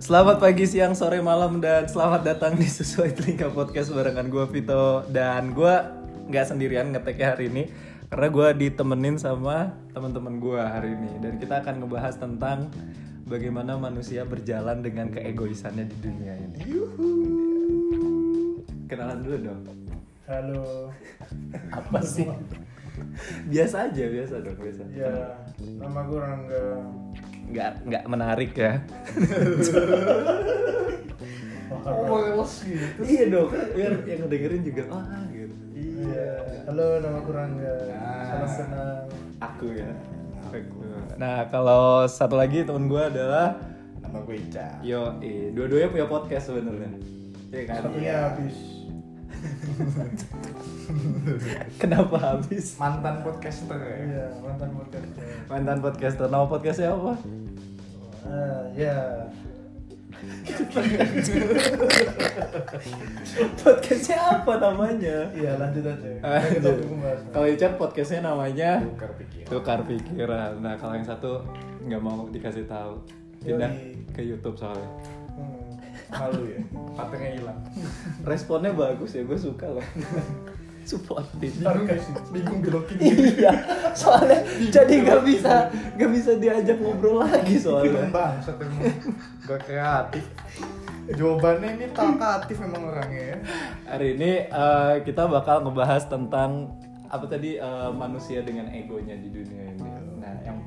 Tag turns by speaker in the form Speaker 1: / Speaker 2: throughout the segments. Speaker 1: Selamat pagi, siang, sore, malam, dan selamat datang di Sesuai Telinga Podcast barengan gue Vito Dan gue nggak sendirian ngeteknya hari ini Karena gue ditemenin sama teman-teman gue hari ini Dan kita akan ngebahas tentang bagaimana manusia berjalan dengan keegoisannya di dunia ini Kenalan dulu dong
Speaker 2: Halo.
Speaker 1: Apa sih? Iya. biasa aja, biasa dong, biasa
Speaker 2: Ya, nama gue Rangga.
Speaker 1: Nggak, nggak menarik ya
Speaker 2: Oh, les gitu.
Speaker 1: Iya dong, biar yang ngedengerin juga wah gitu
Speaker 2: Iya. Halo, nama gue Rangga.
Speaker 1: Ah.
Speaker 2: Salam kenal.
Speaker 1: aku ya nah kalau satu lagi temen gue adalah
Speaker 3: Nama gue Ica.
Speaker 1: yo eh, dua-duanya punya podcast sebenarnya Iya kan
Speaker 2: Satunya habis.
Speaker 1: kenapa habis
Speaker 3: Mantan podcaster ya.
Speaker 2: Iya, mantan podcaster.
Speaker 1: mantan podcaster nama podcastnya apa
Speaker 2: Ah, ya.
Speaker 1: podcastnya apa namanya
Speaker 2: Iya, lanjut aja.
Speaker 1: Ah,
Speaker 2: Tadi
Speaker 1: iya.
Speaker 2: topik pembahasan.
Speaker 1: kalau Ican podcastnya namanya
Speaker 3: Tukar pikiran.
Speaker 1: tukar pikiran nah kalau yang satu nggak mau dikasih tahu pindah
Speaker 2: Yoi.
Speaker 1: ke YouTube soalnya
Speaker 2: Hmm.
Speaker 3: Malu ya. Patengnya hilang.
Speaker 1: responnya bagus ya gue suka loh supportive
Speaker 2: Taruh gak sih?
Speaker 3: Bingung belokin.
Speaker 1: iya soalnya jadi nggak bisa nggak bisa diajak ngobrol lagi soalnya
Speaker 3: Bang, satu Gak kreatif. Jawabannya ini takatif memang orangnya ya.
Speaker 1: hari ini eh, kita bakal ngebahas tentang apa tadi eh, manusia dengan egonya di dunia ini nah yang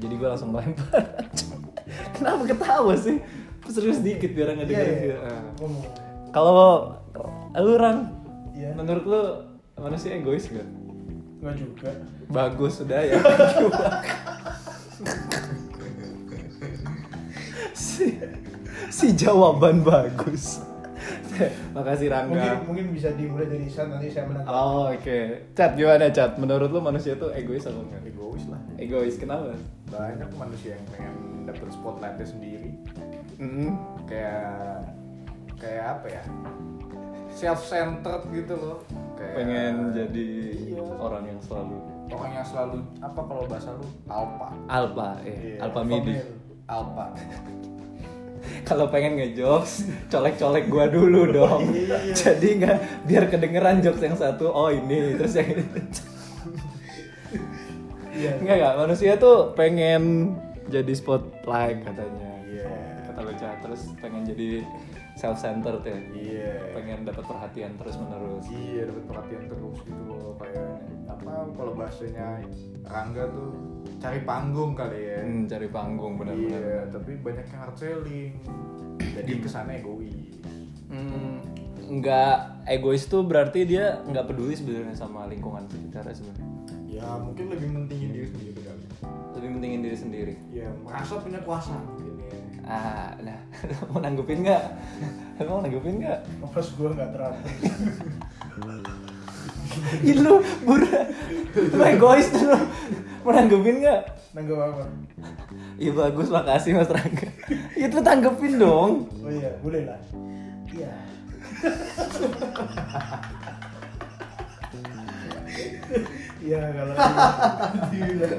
Speaker 1: jadi gue langsung melempar kenapa ketawa sih serius dikit biar nggak
Speaker 2: Iya,
Speaker 1: dengerin
Speaker 2: iya.
Speaker 1: dia. Eh,
Speaker 2: Ngomong.
Speaker 1: kalau lu Ran,
Speaker 2: Iya.
Speaker 1: menurut lu manusia egois gak
Speaker 2: Gak juga.
Speaker 1: bagus sudah ya si, si jawaban bagus makasih
Speaker 2: Mungkin
Speaker 1: Rangga
Speaker 2: mungkin bisa dimulai dari sana nanti saya menang.
Speaker 1: oh, oke Cat gimana Cat menurut lu manusia tuh egois apa enggak
Speaker 3: Egois lah.
Speaker 1: egois kenapa
Speaker 3: Banyak manusia yang pengen dapet spotlightnya sendiri.
Speaker 1: Mm-mm.
Speaker 3: Kayak kayak apa ya? Self centered gitu loh. Kayak
Speaker 1: pengen jadi orang yang selalu
Speaker 3: orang yang selalu apa kalau bahasa lu alpha.
Speaker 1: alpha eh
Speaker 3: Iya,
Speaker 1: alpha midi
Speaker 2: male.
Speaker 3: Alpha.
Speaker 1: kalau pengen ngejokes colek-colek gua dulu dong jadi nggak biar kedengeran jokes yang satu oh ini terus yang ini
Speaker 2: Iya.
Speaker 1: Enggak enggak, manusia tuh pengen jadi spotlight katanya. Gitu.
Speaker 3: Iya.
Speaker 1: Kata baca terus pengen jadi self centered ya.
Speaker 3: Iya.
Speaker 1: Pengen dapat perhatian terus menerus.
Speaker 3: Iya dapat perhatian terus gitu loh kayak apa kalau bahasanya Rangga tuh cari panggung kali ya.
Speaker 1: Hmm, cari panggung benar-benar.
Speaker 3: Iya, tapi banyak yang hard selling. Jadi kesannya egois.
Speaker 1: Hmm, enggak egois tuh berarti dia nggak peduli sebenarnya sama lingkungan sekitarnya sebenarnya.
Speaker 3: Ya mungkin lebih mentingin diri sendiri kali.
Speaker 1: Lebih pentingin diri sendiri.
Speaker 3: Ya merasa punya kuasa mungkin ya.
Speaker 1: Ah, nah, mau nanggepin nggak? Mau nanggepin nggak?
Speaker 2: Pas gue gak teratur.
Speaker 1: Ih, lu bura, lu egois tuh lu. Mau nanggepin nggak?
Speaker 2: Nangga apa?
Speaker 1: Iya bagus, makasih Mas Rangga. Itu tanggepin dong.
Speaker 2: Oh iya, boleh lah. Iya. Iya kalau dibilang,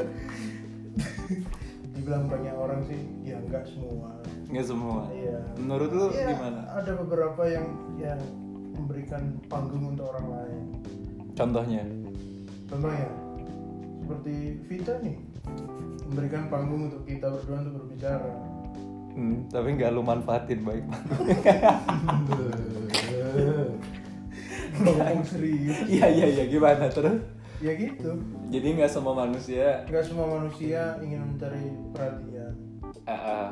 Speaker 2: dibilang banyak orang sih, ya enggak semua.
Speaker 1: Nggak semua.
Speaker 2: Iya.
Speaker 1: Menurut lu
Speaker 2: Ya,
Speaker 1: gimana?
Speaker 2: Ada beberapa yang yang memberikan panggung untuk orang lain.
Speaker 1: Contohnya?
Speaker 2: Contohnya seperti Vita nih memberikan panggung untuk kita berdua untuk berbicara.
Speaker 1: Hmm, tapi nggak lu manfaatin baik
Speaker 2: Ngomong serius.
Speaker 1: Iya iya iya gimana terus?
Speaker 2: Ya gitu.
Speaker 1: Jadi nggak semua manusia.
Speaker 2: Gak semua manusia ingin mencari perhatian.
Speaker 1: eh, eh.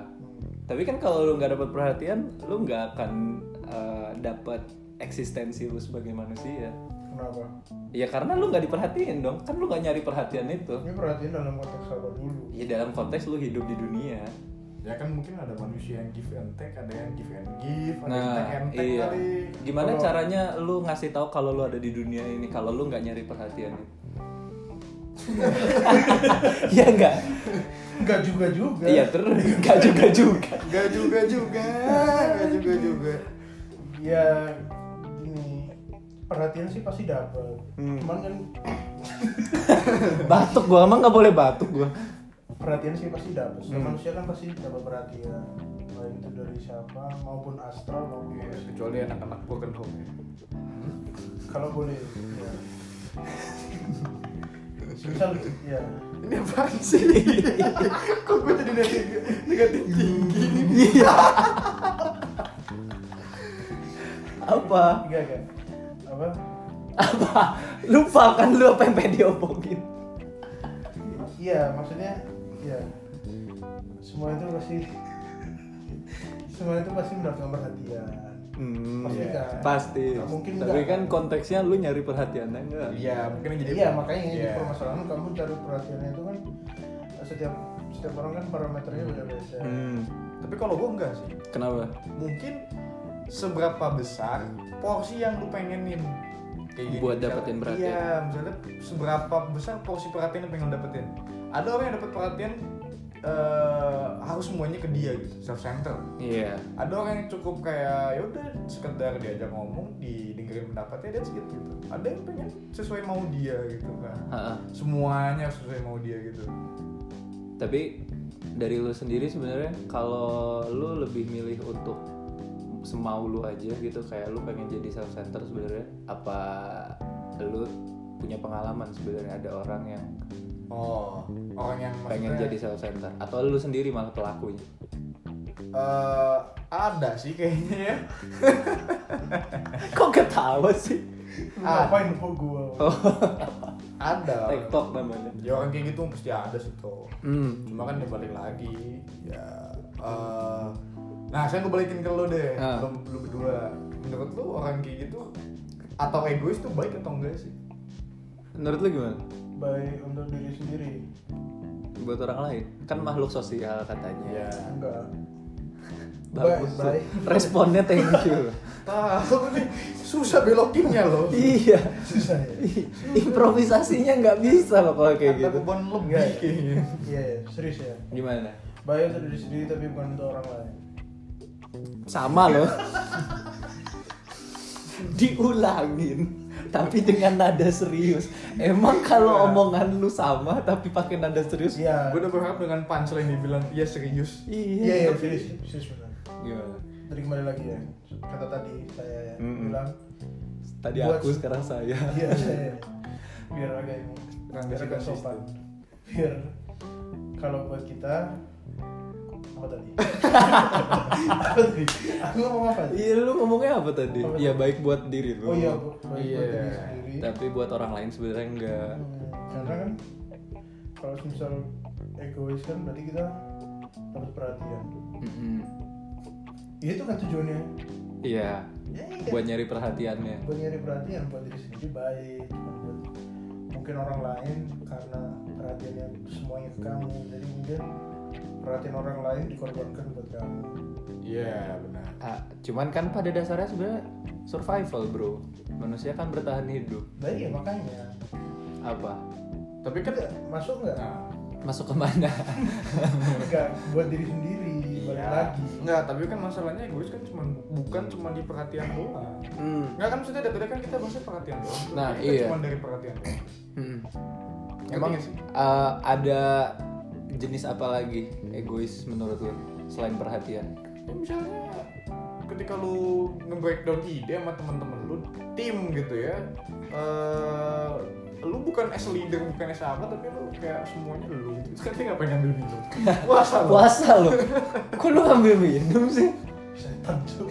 Speaker 1: Tapi kan kalau lu nggak dapat perhatian, lu nggak akan eh, dapat eksistensi lu sebagai manusia.
Speaker 2: Kenapa?
Speaker 1: Ya karena lu nggak diperhatiin dong. Kan lu nggak nyari perhatian itu.
Speaker 2: Ini perhatian dalam konteks apa dulu?
Speaker 1: Ya dalam konteks lu hidup di dunia.
Speaker 3: Ya kan mungkin ada manusia yang give and take, ada yang give and give, ada yang
Speaker 1: Nah,
Speaker 3: take and take
Speaker 1: iya.
Speaker 3: kali.
Speaker 1: Gimana
Speaker 2: Kalau-
Speaker 1: caranya lu ngasih tahu kalau lu ada di dunia ini kalau lu nggak nyari perhatian? Iya nggak?
Speaker 2: Enggak juga juga.
Speaker 1: Iya terus nggak juga juga.
Speaker 3: Gak juga juga, gak juga juga.
Speaker 2: Ya gini perhatian sih pasti dapat. Cuman kan
Speaker 1: Batuk gua emang nggak boleh batuk gua.
Speaker 2: perhatian sih pasti dapat. Setiap manusia kan pasti dapat perhatian. lain itu dari siapa maupun astral maupun
Speaker 3: Iya,
Speaker 2: manusia.
Speaker 3: kecuali anak-anak broken home ya.
Speaker 2: kalau boleh ya. misal ya
Speaker 3: Ini apaan sih? Kok gue jadi negatif, negatif tinggi?
Speaker 1: Iya. Apa?
Speaker 2: enggak enggak Iya, kan? apa
Speaker 1: Apa? Lupa kan lu apa yang pengen diomongin?
Speaker 2: iya maksudnya ya semua itu pasti semua itu pasti mendapatkan perhatian
Speaker 1: Hmm,
Speaker 2: Pasti
Speaker 1: iya.
Speaker 2: kan.
Speaker 1: pasti.
Speaker 2: Nggak mungkin
Speaker 1: Tapi
Speaker 2: nggak.
Speaker 1: kan konteksnya lu nyari perhatian ya enggak?
Speaker 3: Iya, mungkin yang jadi
Speaker 2: iya makanya ini
Speaker 3: Iya.
Speaker 2: jadi permasalahan kamu cari perhatiannya itu kan setiap setiap orang kan parameternya beda-beda
Speaker 1: Hmm,
Speaker 3: Tapi kalau gue enggak sih.
Speaker 1: kenapa?
Speaker 3: Mungkin seberapa besar porsi yang lu pengenin kayak gini,
Speaker 1: Buat
Speaker 3: misalnya.
Speaker 1: dapetin perhatian.
Speaker 3: Iya, misalnya seberapa besar porsi perhatian yang pengen lu dapetin. Ada orang yang dapat perhatian eh, harus semuanya ke dia gitu, self center.
Speaker 1: Iya.
Speaker 3: ada orang yang cukup kayak yaudah sekedar diajak ngomong didengerin pendapatnya dan segitu gitu ada yang pengen sesuai mau dia gitu kan
Speaker 1: Ha-ha.
Speaker 3: semuanya sesuai mau dia gitu
Speaker 1: Tapi dari lu sendiri sebenarnya kalau lu lebih milih untuk semau lu aja gitu kayak lu pengen jadi self center sebenarnya apa lu punya pengalaman sebenarnya ada orang yang
Speaker 3: oh orang yang
Speaker 1: pengen
Speaker 3: maksudnya,
Speaker 1: jadi self center atau lu sendiri malah pelakunya
Speaker 3: eh, ada sih kayaknya ya
Speaker 1: kok ketawa sih Oh.
Speaker 2: Lu
Speaker 1: Ah.
Speaker 2: ngapain kok gua
Speaker 3: ada
Speaker 1: TikTok namanya
Speaker 3: ya orang kayak gitu pasti ada sih tuh
Speaker 1: hmm
Speaker 3: cuma kan dia balik lagi ya eh, nah saya gue balikin ke lo deh
Speaker 1: Ah.
Speaker 3: lo, lo berdua menurut lo orang kayak gitu atau egois tuh baik atau enggak sih
Speaker 1: menurut lu gimana
Speaker 2: baik untuk diri sendiri
Speaker 1: buat orang lain
Speaker 2: Hmm.
Speaker 1: kan makhluk sosial katanya
Speaker 3: Iya.
Speaker 2: enggak
Speaker 1: bagus
Speaker 2: Iya. Baik, baik.
Speaker 1: responnya thank you
Speaker 3: Tahu nih, susah belokinnya loh.
Speaker 1: iya
Speaker 2: susah ya
Speaker 1: improvisasinya nggak bisa loh kalau kayak
Speaker 3: Ada
Speaker 1: gitu
Speaker 3: beban
Speaker 2: Enggak
Speaker 3: lebih
Speaker 2: ya?
Speaker 3: kayaknya.
Speaker 2: iya ya, serius ya
Speaker 1: gimana
Speaker 2: baik untuk diri sendiri tapi bukan untuk orang lain
Speaker 1: sama loh diulangin tapi dengan nada serius emang kalau omongan lu sama tapi pakai nada serius
Speaker 2: iya
Speaker 3: Gue udah berharap dengan punchline dibilang iya serius.
Speaker 2: iya iya
Speaker 1: tapi-
Speaker 2: serius serius benar
Speaker 1: gimana
Speaker 2: dari kembali lagi ya kata tadi saya ya,
Speaker 1: Mm-mm.
Speaker 2: bilang
Speaker 1: tadi
Speaker 2: Buat-
Speaker 1: aku sekarang saya
Speaker 2: iya saya biar agak ini
Speaker 3: Kan
Speaker 2: biar
Speaker 3: bisa
Speaker 2: agak
Speaker 3: konsisten.
Speaker 2: sopan biar kalau buat kita apa tadi apa tadi aku ngomong apa tadi
Speaker 1: iya lu ngomongnya apa tadi
Speaker 2: Apa
Speaker 1: ya
Speaker 2: tadi?
Speaker 1: baik buat diri lu
Speaker 2: oh iya bu- baik
Speaker 3: Iya.
Speaker 2: buat diri sendiri
Speaker 1: tapi buat orang lain sebenarnya enggak
Speaker 2: Hmm, karena kan kalau misal egois kan berarti kita dapat perhatian
Speaker 1: Mm-mm.
Speaker 2: ya itu kan tujuannya
Speaker 1: iya
Speaker 2: ya iya
Speaker 1: buat nyari perhatiannya
Speaker 2: buat nyari perhatian buat diri sendiri baik bukan buat mungkin orang lain karena perhatiannya semuanya ke kamu jadi mungkin perhatian orang lain dikorbankan buat kamu
Speaker 3: Iya benar.
Speaker 1: Ah, cuman kan pada dasarnya sebenarnya survival bro manusia kan bertahan hidup
Speaker 2: nah iya makanya
Speaker 1: apa
Speaker 3: Tapi kan
Speaker 2: Enggak, masuk nggak
Speaker 1: Ah.
Speaker 3: nah,
Speaker 1: masuk kemana
Speaker 2: enggak buat diri sendiri balik
Speaker 1: Iya.
Speaker 2: lagi
Speaker 3: Enggak, Ya. tapi kan masalahnya egois kan cuma bukan cuma di perhatian doang.
Speaker 1: Hmm.
Speaker 3: Enggak kan maksudnya dari tadi kan kita bahasnya perhatian doang. tuh.
Speaker 1: Nah,
Speaker 3: Kita
Speaker 1: iya.
Speaker 3: Cuma dari perhatian doang.
Speaker 1: Hmm.
Speaker 3: Ngerti
Speaker 1: Emang
Speaker 3: nggak sih?
Speaker 1: eh, ada jenis apa lagi egois menurut lo selain perhatian?
Speaker 3: Ya, misalnya ketika lu nge-breakdown ide sama teman-teman lu tim gitu ya eh lu bukan as leader bukan as apa tapi lu kayak semuanya lu gitu Terus kan dia ngapain ngambil minum puasa lu
Speaker 1: Puasa lo. Kok lu ambil minum sih?
Speaker 2: setan tuh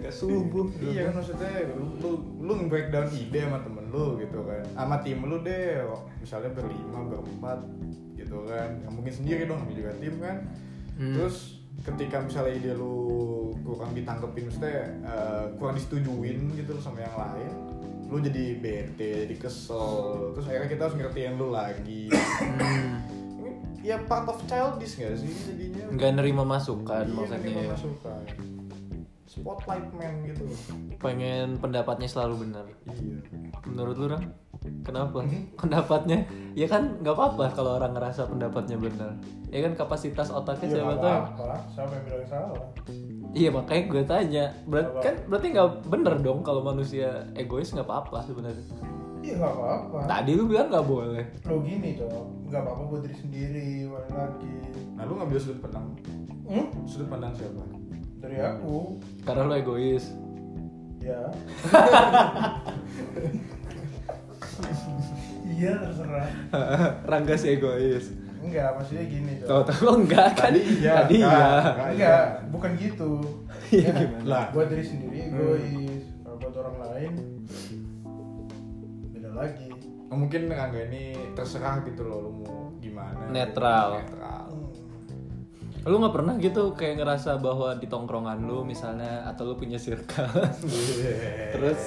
Speaker 3: nggak subuh iya kan maksudnya lu lu, lu nge-breakdown ide sama temen lu gitu kan sama tim lu deh misalnya berlima berempat gitu kan yang mungkin sendiri dong namanya juga tim kan
Speaker 1: Hmm.
Speaker 3: terus ketika misalnya ide lu kurang ditangkepin maksudnya eh, kurang disetujuin gitu sama yang lain lu jadi bete jadi kesel terus akhirnya kita harus ngertiin lu lagi
Speaker 1: Hmm.
Speaker 3: Ini ya part of childish gak sih jadinya
Speaker 1: Nggak nerima masukan
Speaker 3: Iya,
Speaker 1: maksudnya.
Speaker 3: nerima
Speaker 1: ya.
Speaker 3: masukan. spotlight man gitu loh
Speaker 1: Pengen pendapatnya selalu benar.
Speaker 3: Iya.
Speaker 1: Menurut lu Ram? Kenapa? Pendapatnya? Ya kan nggak apa-apa kalau orang ngerasa pendapatnya benar. Ya kan kapasitas otaknya
Speaker 2: ya
Speaker 1: siapa
Speaker 2: nggak
Speaker 1: tahu.
Speaker 2: apa siapa yang bilang salah
Speaker 1: Iya makanya gue tanya. Berat,
Speaker 2: Nggak apa-apa.
Speaker 1: kan berarti nggak bener dong kalau manusia egois nggak apa-apa sebenarnya.
Speaker 2: Iya nggak apa-apa.
Speaker 1: Tadi lu bilang nggak boleh.
Speaker 2: Lo gini dong, nggak apa-apa buat diri sendiri, balik lagi.
Speaker 3: Nah lu ngambil sudut pandang
Speaker 2: Hmm?
Speaker 3: sudut pandang siapa?
Speaker 2: Dari aku,
Speaker 1: Karena lu egois.
Speaker 2: ya. iya terserah.
Speaker 1: Rangga si egois.
Speaker 2: Enggak, maksudnya gini
Speaker 1: Tahu
Speaker 2: dong.
Speaker 1: tahu enggak kan?
Speaker 3: Tadi iya,
Speaker 1: Tadi
Speaker 3: Kak.
Speaker 1: iya.
Speaker 2: Iya. Enggak, bukan gitu.
Speaker 1: Iya,
Speaker 2: Ya,
Speaker 1: gimana? Hmm.
Speaker 3: Lah.
Speaker 2: Buat diri sendiri egois, kalau buat orang lain beda lagi.
Speaker 3: Nah, mungkin Rangga ini terserah gitu loh lu mau gimana. gitu.
Speaker 1: Netral.
Speaker 3: Netral.
Speaker 1: Lu nggak pernah gitu kayak ngerasa bahwa di tongkrongan lu misalnya atau lu punya circle terus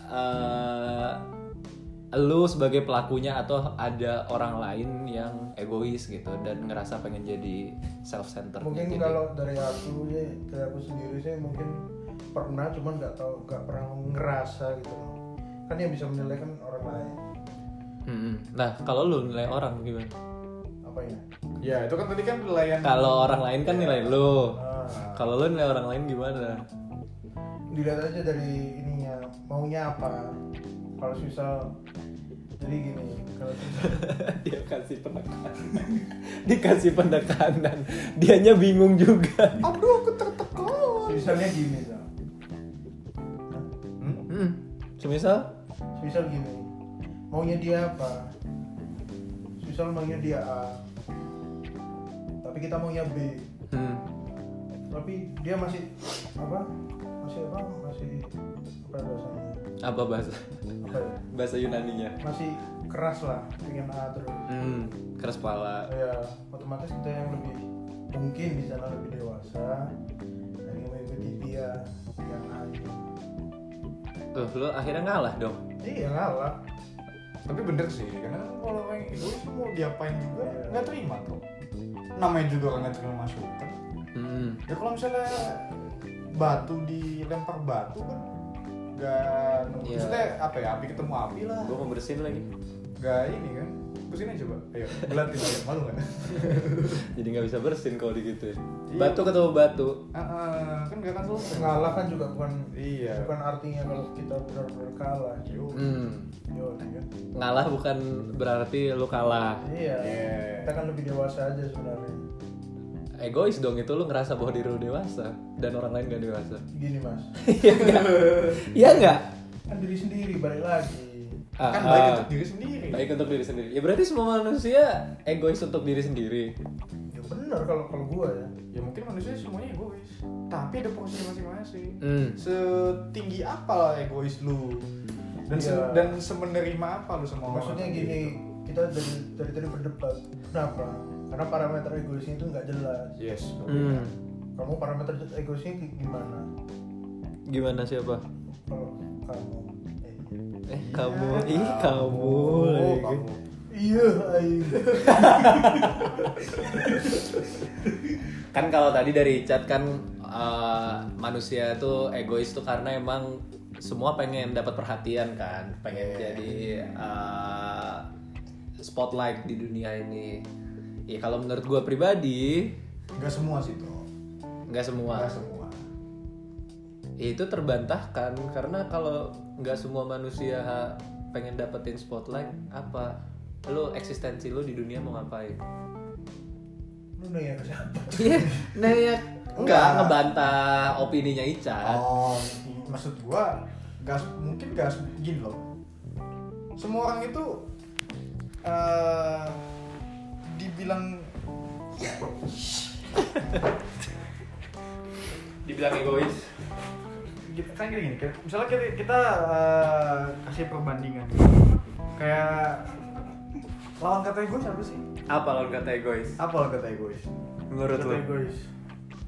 Speaker 1: eh, lu sebagai pelakunya atau ada orang lain yang egois gitu dan ngerasa pengen jadi self centered
Speaker 2: mungkin
Speaker 1: gitu.
Speaker 2: kalau dari aku ya dari aku sendiri sih mungkin pernah cuman nggak tahu nggak pernah ngerasa gitu loh kan yang bisa menilai kan orang lain
Speaker 1: Mm-mm. Nah, kalau lu nilai orang gimana?
Speaker 2: apa ya
Speaker 3: Ya itu kan tadi kan nelayan.
Speaker 1: Kalau orang lain kan nilai lu.
Speaker 2: Ah,
Speaker 1: Kalau lu nilai orang lain gimana?
Speaker 2: dilihat aja dari ininya maunya apa kalau susah jadi gini kalau susah
Speaker 1: Dia kasih penekanan. Dikasih pendekanan. Dianya bingung juga.
Speaker 2: Oh,
Speaker 3: Aduh aku tertekan.
Speaker 2: misalnya gini Sal.
Speaker 3: Hmm?
Speaker 1: Hmm. Semisal
Speaker 2: misal gini maunya dia apa misal maunya dia A tapi kita maunya B
Speaker 1: hmm.
Speaker 2: tapi dia masih apa masih apa masih apa bahasanya
Speaker 1: apa bahasa
Speaker 2: apa ya?
Speaker 1: bahasa Yunaninya?
Speaker 2: masih keras lah pengen A terus
Speaker 1: Hmm, keras kepala.
Speaker 2: ya otomatis kita yang lebih mungkin di sana lebih dewasa dan yang mengikuti dia yang A itu
Speaker 1: Tuh, Eh, lu akhirnya ngalah dong.
Speaker 2: iya ngalah
Speaker 3: Tapi bener sih, karena kan kalau orang yang egois mau diapain juga
Speaker 2: Iya.
Speaker 3: nggak terima tuh. Namanya juga orang nggak terima masukan.
Speaker 1: Hmm.
Speaker 3: Ya kalau misalnya batu dilempar batu kan nggak nemu.
Speaker 1: Iya.
Speaker 3: Maksudnya apa ya? Api ketemu api lah.
Speaker 1: Gua mau bersihin lagi.
Speaker 3: Gak ini kan? Terusin aja coba. Ayo, belatin aja. Malu nggak?
Speaker 1: Jadi nggak bisa bersihin kalau digituin.
Speaker 3: Iya.
Speaker 1: Batu ketemu batu.
Speaker 3: Ah, ah, kan nggak akan selesai.
Speaker 2: ngalah kan juga bukan
Speaker 3: Iya.
Speaker 2: bukan artinya kalau kita benar-benar kalah
Speaker 3: Yo.
Speaker 1: Hmm.
Speaker 2: yo ya.
Speaker 1: Ngalah bukan berarti lu kalah.
Speaker 2: iya
Speaker 3: Iya.
Speaker 2: kita kan lebih dewasa aja sebenarnya
Speaker 1: egois dong itu lu ngerasa bahwa diri lu dewasa dan orang lain gak dewasa
Speaker 2: gini mas
Speaker 1: iya enggak iya enggak
Speaker 2: kan diri sendiri balik lagi
Speaker 1: Ah,
Speaker 3: Kan baik
Speaker 1: ah.
Speaker 3: untuk diri sendiri.
Speaker 1: baik untuk diri sendiri ya berarti semua manusia egois untuk diri sendiri
Speaker 2: ya bener kalau kalau gua ya
Speaker 3: Ya mungkin manusia semuanya egois. Tapi ada porsinya masing-masing.
Speaker 1: hmm.
Speaker 3: setinggi apa egois lu dan se-
Speaker 2: Iya.
Speaker 3: dan semenerima apa lu sama orang
Speaker 2: maksudnya
Speaker 3: kayak gitu?
Speaker 2: gini kita dari dari tadi berdebat kenapa karena parameter egoisnya itu nggak jelas
Speaker 3: gitu? yes
Speaker 1: Hmm.
Speaker 2: kamu parameter egoisnya gi- gimana
Speaker 1: gimana siapa
Speaker 2: kalau kamu eh,
Speaker 1: eh kamu ih kamu
Speaker 3: oh,
Speaker 1: lagi.
Speaker 3: kamu
Speaker 2: iya aing
Speaker 1: kan kalau tadi dari chat kan eh, manusia tuh egois tuh karena emang semua pengen dapat perhatian kan pengen jadi eh, spotlight di dunia ini ya kalau menurut gue pribadi
Speaker 3: nggak semua sih tuh
Speaker 1: nggak semua
Speaker 3: nggak semua
Speaker 1: Ya, itu terbantahkan karena kalau nggak semua manusia ha- pengen dapetin spotlight apa lo eksistensi lo di dunia mau ngapain
Speaker 2: lu nanya ke siapa
Speaker 1: iya nah ya nggak
Speaker 3: Nggak.
Speaker 1: ngebantah opininya Ica
Speaker 3: oh maksud gua gas mungkin gas gini loh semua orang itu eh dibilang
Speaker 1: dibilang egois
Speaker 3: gitu, kan gini, gini kayak- misalnya kita, kita eh, kasih perbandingan kayak lawan kata egois apa sih
Speaker 1: apa lawan kata egois
Speaker 3: apa lawan kata egois
Speaker 1: menurut lo
Speaker 2: Kata egois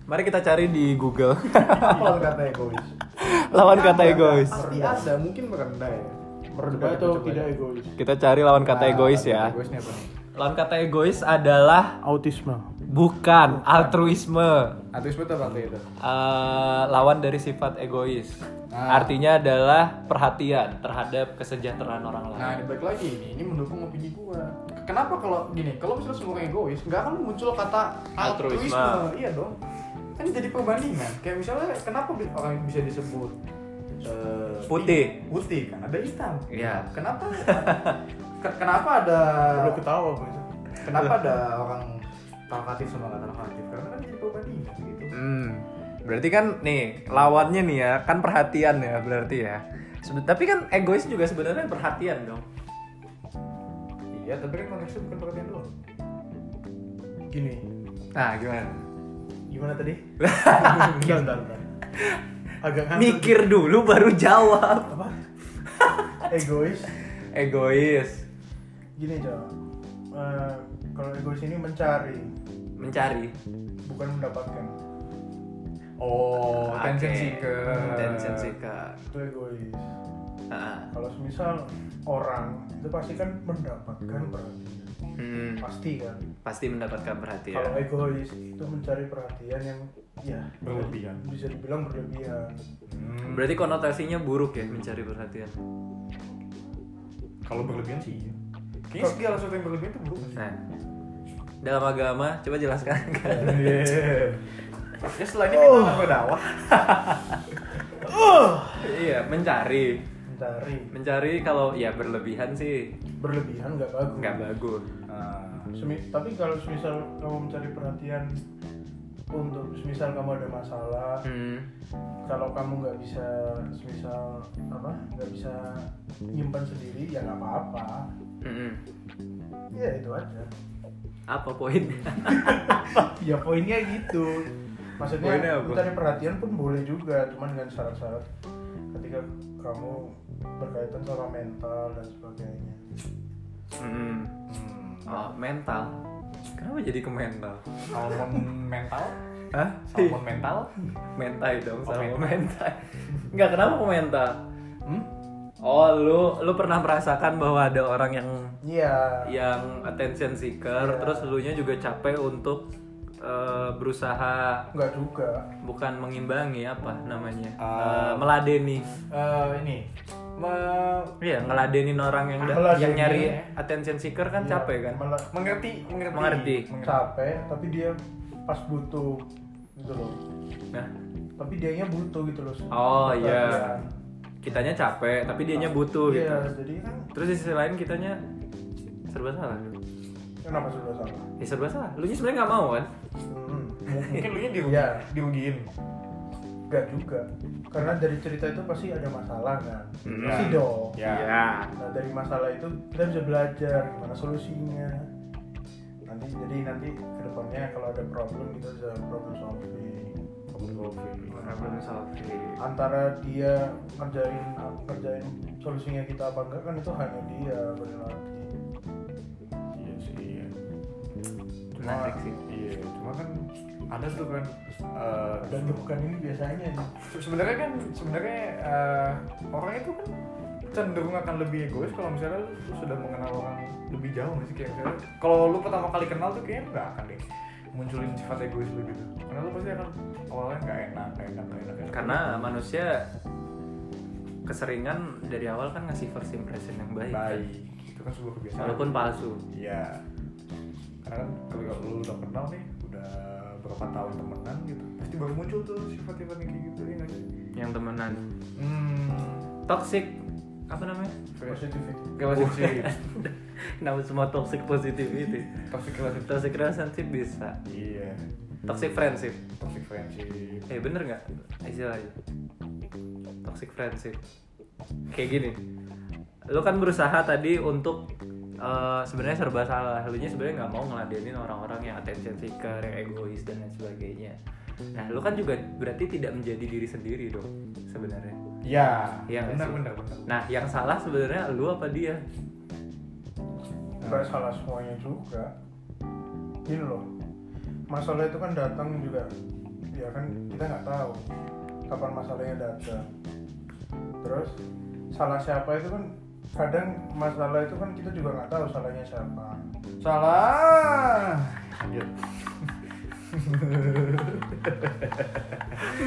Speaker 1: mari kita cari di Google
Speaker 3: apa lawan kata egois
Speaker 1: lawan kata
Speaker 3: Ada,
Speaker 1: egois
Speaker 3: pasti ada mungkin merendah ya
Speaker 2: berdebat
Speaker 3: Coba-
Speaker 2: atau
Speaker 3: coba-
Speaker 2: tidak
Speaker 3: coba.
Speaker 2: egois
Speaker 1: kita cari lawan
Speaker 3: Ah,
Speaker 1: kata egois ya
Speaker 3: egoisnya apa nih
Speaker 1: lawan kata egois adalah
Speaker 2: autisme
Speaker 1: bukan altruisme
Speaker 3: Altruisme itu apa itu
Speaker 1: Eh, lawan dari sifat egois.
Speaker 3: Ah.
Speaker 1: Artinya adalah perhatian terhadap kesejahteraan orang lain.
Speaker 3: nah ini balik lagi ini ini mendukung opini gua kenapa kalau gini kalau misalnya semua orang egois nggak akan muncul kata altruisme,
Speaker 1: Altruisme.
Speaker 3: iya dong kan jadi perbandingan kayak misalnya kenapa bi- orang bisa disebut eh,
Speaker 1: Putih.
Speaker 3: pink- putih kan ada hitam
Speaker 1: Iya.
Speaker 3: kenapa ke- kenapa ada
Speaker 2: Ah, Lu ketawa apa itu?
Speaker 3: kenapa ada orang talkatif sama nggak talkatif karena kan jadi perbandingan gitu
Speaker 1: Hmm, berarti kan nih lawannya nih ya kan perhatian ya berarti ya. Sebe- tapi kan egois juga sebenarnya perhatian dong.
Speaker 3: iya tapi kan konteksnya bukan perhatian doang
Speaker 2: Gini,
Speaker 1: Nah gimana?
Speaker 2: gimana tadi? Bentar, bentar, bentar. Agak ngantuk.
Speaker 1: Mikir dulu baru jawab.
Speaker 2: Apa? Egois.
Speaker 1: Egois,
Speaker 2: Gini jawab. Eh, kalau egois ini mencari,
Speaker 1: mencari.
Speaker 2: bukan mendapatkan.
Speaker 3: oh tension
Speaker 1: Oke.
Speaker 3: seeker
Speaker 1: Tension seeker.
Speaker 2: Itu egois.
Speaker 1: Ah.
Speaker 2: Kalau semisal orang itu pasti kan mendapatkan perhatian.
Speaker 1: Hmm,
Speaker 2: Pasti kan.
Speaker 1: pasti mendapatkan perhatian.
Speaker 2: Kalau egois itu mencari perhatian yang ya
Speaker 3: Berlebihan.
Speaker 2: Bisa dibilang berlebihan.
Speaker 3: Hmm,
Speaker 1: Berarti konotasinya buruk ya mencari perhatian.
Speaker 3: kalau berlebihan sih iya kayaknya segala sesuatu yang berlebihan itu buruk nggak sih?
Speaker 1: Nah, dalam agama coba jelaskan kan.
Speaker 3: ya setelah ini
Speaker 2: Oh.
Speaker 3: kita nggak berdakwah
Speaker 1: iya, mencari.
Speaker 2: Mencari.
Speaker 1: Mencari kalau ya berlebihan sih
Speaker 2: Berlebihan nggak bagus.
Speaker 1: nggak bagus.
Speaker 2: Semi- tapi kalau semisal kamu mencari perhatian untuk semisal kamu ada masalah,
Speaker 1: Hmm.
Speaker 2: kalau kamu nggak bisa semisal apa nggak bisa nyimpan sendiri ya nggak apa-apa.
Speaker 1: Mm-mm.
Speaker 2: Ya itu aja.
Speaker 1: hmm, Apa poinnya?
Speaker 2: ya poinnya gitu. Maksudnya
Speaker 1: Poinnya apa?
Speaker 2: mencari perhatian pun boleh juga, cuman dengan syarat-syarat ketika kamu berkaitan sama mental dan sebagainya.
Speaker 1: Mm-mm. Hmm, Oh, mental. Kenapa jadi ke mental?
Speaker 3: salmon mental
Speaker 1: Hah?
Speaker 3: salmon mental
Speaker 1: Mentai dong,
Speaker 3: Oh,
Speaker 1: sama
Speaker 3: mental.
Speaker 1: mentai. Enggak kenapa ke mental? Hmm? Oh, lu lu pernah merasakan bahwa ada orang yang
Speaker 2: Iya.
Speaker 1: yang attention seeker,
Speaker 2: Iya.
Speaker 1: terus elunya juga capek untuk eh, berusaha
Speaker 2: Nggak juga.
Speaker 1: bukan mengimbangi apa namanya?
Speaker 3: Ah.
Speaker 1: Eh, meladeni.
Speaker 3: Eh, ini me-
Speaker 1: Iya, ngeladenin ya. orang yang da-
Speaker 2: Meladeni.
Speaker 1: yang nyari attention seeker kan
Speaker 2: Iya,
Speaker 1: capek kan?
Speaker 2: Malah
Speaker 3: mengerti mengerti
Speaker 1: Mengerti.
Speaker 2: capek tapi dia pas butuh gitu loh
Speaker 1: Nah,
Speaker 2: tapi dianya butuh gitu loh
Speaker 1: Oh, iya.
Speaker 2: Perhatian.
Speaker 1: kitanya capek tapi dianya butuh gitu
Speaker 2: iya jadi kan
Speaker 1: terus di sisi lain kitanya serba salah
Speaker 2: kenapa sudah salah
Speaker 1: ya serba salah lu nya sebenarnya nggak mau kan
Speaker 2: hmm.
Speaker 3: mungkin lu nya dirugi,
Speaker 2: Iya.
Speaker 3: dirugiin
Speaker 2: Enggak juga karena dari cerita itu pasti ada masalah kan
Speaker 1: Iya.
Speaker 2: pasti dong
Speaker 3: Ya.
Speaker 2: nah dari masalah itu kita bisa belajar gimana solusinya nanti jadi nanti kedepannya kalau ada problem kita bisa problem solving
Speaker 1: Problem solving.
Speaker 2: antara dia ngerjain ngerjain solusinya kita apa enggak kan itu hanya dia berarti
Speaker 3: iya sih iya Cuma-
Speaker 1: menarik sih
Speaker 3: iya cuma kan ada tuh kan eh,
Speaker 2: dan bukan ini biasanya nih.
Speaker 3: se- sebenarnya kan sebenarnya eh, orang itu kan cenderung akan lebih egois kalau misalnya lu sudah mengenal orang lebih jauh nggak sih kayak misalnya kalau lu pertama kali kenal tuh kayaknya nggak akan deh munculin sifat egois lu gitu karena lu pasti akan awalnya nggak enak nggak enak nggak enak, nggak enak.
Speaker 1: karena manusia keseringan dari awal kan ngasih first impression yang baik, kan?
Speaker 3: baik itu kan sebuah kebiasaan
Speaker 1: walaupun palsu
Speaker 3: Iya. Karena kan kalau lu udah kenal nih, udah berapa tahun temenan gitu, pasti baru muncul tuh sifat-sifat yang kayak gitu ya nggak sih?
Speaker 1: yang temenan
Speaker 3: Hmm,
Speaker 1: toxic apa namanya
Speaker 2: positivity
Speaker 3: gak masih sih,
Speaker 1: kenapa semua toxic positivity
Speaker 3: toxic relationship.
Speaker 1: toxic relationship bisa
Speaker 3: Iya,
Speaker 1: toxic friendship
Speaker 3: toxic friendship.
Speaker 1: Eh bener nggak istilahnya toxic friendship kayak gini lu kan berusaha tadi untuk eh, sebenarnya serba salah Eh, lu nya sebenarnya nggak mau ngeladenin orang-orang yang attention seeker yang egois dan lain sebagainya nah lu kan juga berarti tidak menjadi diri sendiri dong sebenarnya
Speaker 3: Iya,
Speaker 1: Iya nggak
Speaker 3: benar
Speaker 1: sih?
Speaker 3: benar benar.
Speaker 1: nah yang salah sebenarnya lu apa dia
Speaker 2: nggak salah semuanya juga ini loh masalah itu kan datang juga ya kan kita nggak tahu kapan masalahnya datang terus salah siapa itu kan kadang masalah itu kan kita juga nggak tahu salahnya siapa
Speaker 3: Salah. Lanjut.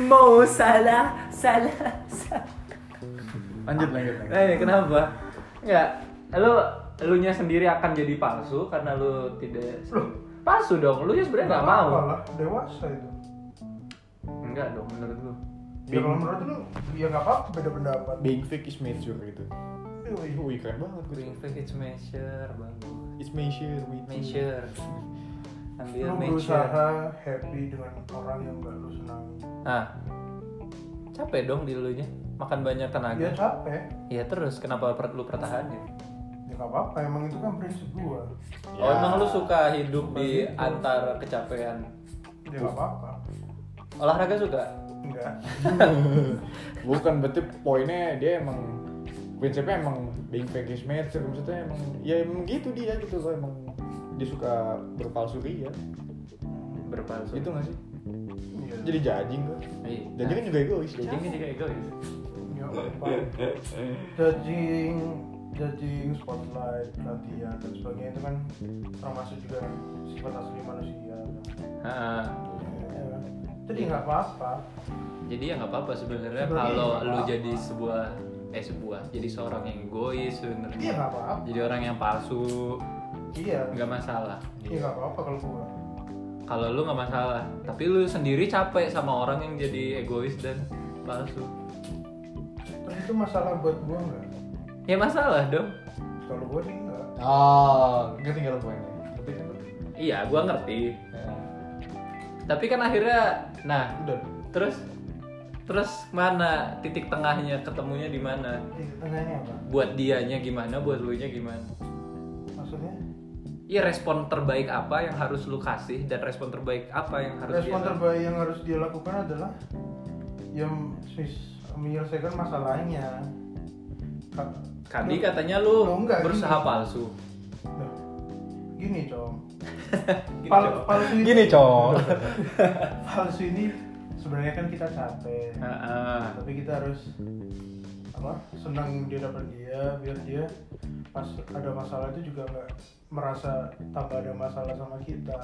Speaker 1: mau salah salah salah
Speaker 3: Lanjut lanjut. lanjut.
Speaker 1: Eh kenapa? Enggak, lu elunya sendiri akan jadi palsu karena lu tidak palsu dong. Lu sebenarnya nggak mau.
Speaker 2: Apalah, dewasa itu
Speaker 1: Enggak dong menurut lu.
Speaker 2: ya kalau menurut lu ya nggak apa beda pendapat
Speaker 3: being fake is mature gitu
Speaker 2: Yoi.
Speaker 3: wih keren banget gue
Speaker 4: Being fake it's measure, bagus.
Speaker 3: it's mature we
Speaker 4: Measure. Ambil
Speaker 3: Iya,
Speaker 2: lu
Speaker 4: measure.
Speaker 2: berusaha happy dengan orang yang gak lu senangi
Speaker 4: Ah. Capek dong dulunya. Makan banyak
Speaker 2: ya
Speaker 4: tenaga.
Speaker 2: capek
Speaker 4: Ya terus kenapa per- lu pertahanin?
Speaker 2: ya gak apa-apa emang itu kan prinsip gua
Speaker 3: Ya.
Speaker 4: Oh, emang lu suka hidup di antara kecapean?
Speaker 2: ya gak apa-apa
Speaker 4: Olahraga suka?
Speaker 2: enggak
Speaker 3: bukan berarti poinnya dia emang prinsipnya emang being fake is mature maksudnya emang ya emang gitu dia gitu loh emang dia suka berpalsu ria
Speaker 4: Berpalsu.
Speaker 3: gitu gak sih
Speaker 2: Iya.
Speaker 3: jadi judging gue
Speaker 4: Iya.
Speaker 3: judging kan juga egois
Speaker 4: Judging kan juga egois.
Speaker 2: ya gak apa-apa judging judging spotlight perhatian dan sebagainya itu kan termasuk juga sifat asli manusia
Speaker 4: Ah,
Speaker 2: Ya. jadi nggak apa-apa
Speaker 4: Jadi ya nggak apa-apa
Speaker 2: Sebenarnya
Speaker 4: sebenarnya kalau
Speaker 2: nggak
Speaker 4: lu
Speaker 2: apa-apa.
Speaker 4: jadi sebuah eh sebuah jadi seorang yang egois sebenarnya.
Speaker 2: iya nggak apa-apa
Speaker 4: Jadi orang yang palsu
Speaker 2: iya
Speaker 4: nggak masalah.
Speaker 2: iya nggak apa-apa kalau gua
Speaker 4: Kalau lu nggak masalah, tapi lu sendiri capek sama orang yang jadi egois dan palsu.
Speaker 2: terus itu masalah buat gua nggak
Speaker 4: Ya masalah dong.
Speaker 2: kalau gua sih nggak
Speaker 3: oh ngerti gak lo poinnya ngerti kan lu?
Speaker 4: Iya, gua ngerti.
Speaker 3: Ya.
Speaker 4: Tapi kan akhirnya, nah
Speaker 3: udah
Speaker 4: terus terus mana titik tengahnya ketemunya di mana
Speaker 2: di tengahnya Iya, apa
Speaker 4: buat dianya gimana buat lu nya gimana
Speaker 2: maksudnya
Speaker 4: Iya respon terbaik apa yang harus lu kasih dan respon terbaik apa yang harus
Speaker 2: respon
Speaker 4: dia
Speaker 2: terbaik yang harus dia lakukan adalah yang sis- menyelesaikan masalahnya Ka-
Speaker 4: Kandi katanya lu
Speaker 2: Loh, Oh, enggak, gitu.
Speaker 4: berusaha
Speaker 2: gini.
Speaker 4: palsu
Speaker 2: Loh, nah, gini com
Speaker 4: Gini,
Speaker 2: Pal- palsu ini
Speaker 1: Gini, Cong.
Speaker 2: palsu ini sebenarnya kan kita capek
Speaker 4: Heeh.
Speaker 2: tapi kita harus apa senang dia dapat dia biar dia pas ada masalah itu juga nggak merasa tambah ada masalah sama kita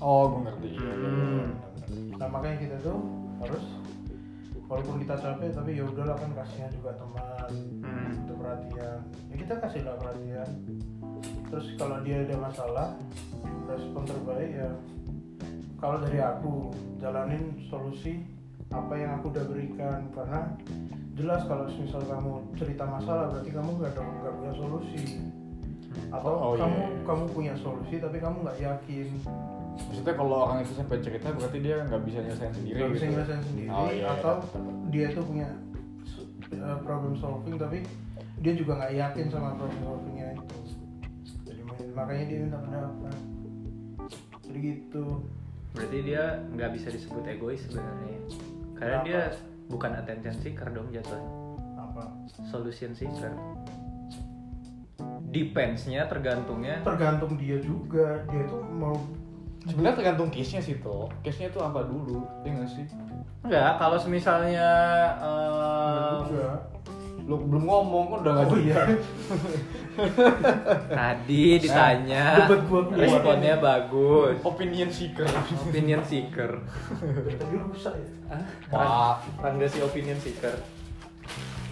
Speaker 3: oh gue ngerti
Speaker 4: Hmm.
Speaker 2: nah makanya kita tuh harus walaupun kita capek tapi ya udahlah kan kasihan juga teman
Speaker 4: Hmm.
Speaker 2: untuk perhatian ya kita kasih lah perhatian terus kalau dia ada masalah respon terbaik ya kalau dari aku jalanin solusi apa yang aku udah berikan karena jelas kalau misal kamu cerita masalah berarti kamu nggak ada nggak punya solusi atau
Speaker 3: Oh,
Speaker 2: kamu
Speaker 3: iya, iya.
Speaker 2: kamu punya solusi tapi kamu nggak yakin
Speaker 3: maksudnya kalau orang itu sampai cerita berarti dia nggak bisa nyelesain sendiri
Speaker 2: nggak bisa
Speaker 3: gitu
Speaker 2: nyelesain sendiri
Speaker 3: Oh, iya, iya.
Speaker 2: atau dia itu punya uh, problem solving tapi dia juga nggak yakin sama problem solvingnya itu jadi main- makanya dia minta pendapat jadi gitu
Speaker 4: berarti dia nggak bisa disebut egois sebenarnya karena
Speaker 2: Kenapa?
Speaker 4: dia bukan attention seeker dong jatuhnya
Speaker 2: apa
Speaker 4: solution seeker depends-nya tergantungnya
Speaker 2: tergantung dia juga dia tuh mau
Speaker 3: sebenarnya tergantung case nya sih toh case nya tuh apa dulu ya nggak sih
Speaker 4: Enggak, kalau misalnya eh,
Speaker 2: juga
Speaker 3: lu belum ngomong kok udah nggak
Speaker 2: oh iya
Speaker 3: Nah,
Speaker 4: tadi ditanya
Speaker 2: debat gua keluar.
Speaker 4: responnya
Speaker 2: iya.
Speaker 4: bagus.
Speaker 3: opinion seeker
Speaker 4: Opinion seeker.
Speaker 2: tadi rusak ya
Speaker 3: Wah.
Speaker 4: Rangga si opinion seeker.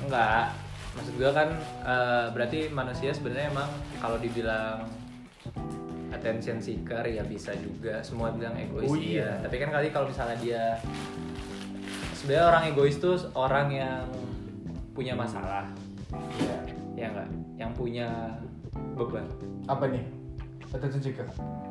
Speaker 4: Enggak. Maksud gua kan eh, berarti manusia sebenarnya emang kalau dibilang attention seeker ya bisa juga. Semua bilang egois
Speaker 3: Oh
Speaker 4: iya.
Speaker 3: iya.
Speaker 4: Tapi kan kali kalau misalnya dia sebenarnya orang egois tuh orang yang punya masalah.
Speaker 3: Iya.
Speaker 4: Ya enggak, yang punya beban.
Speaker 3: apa nih attention seeker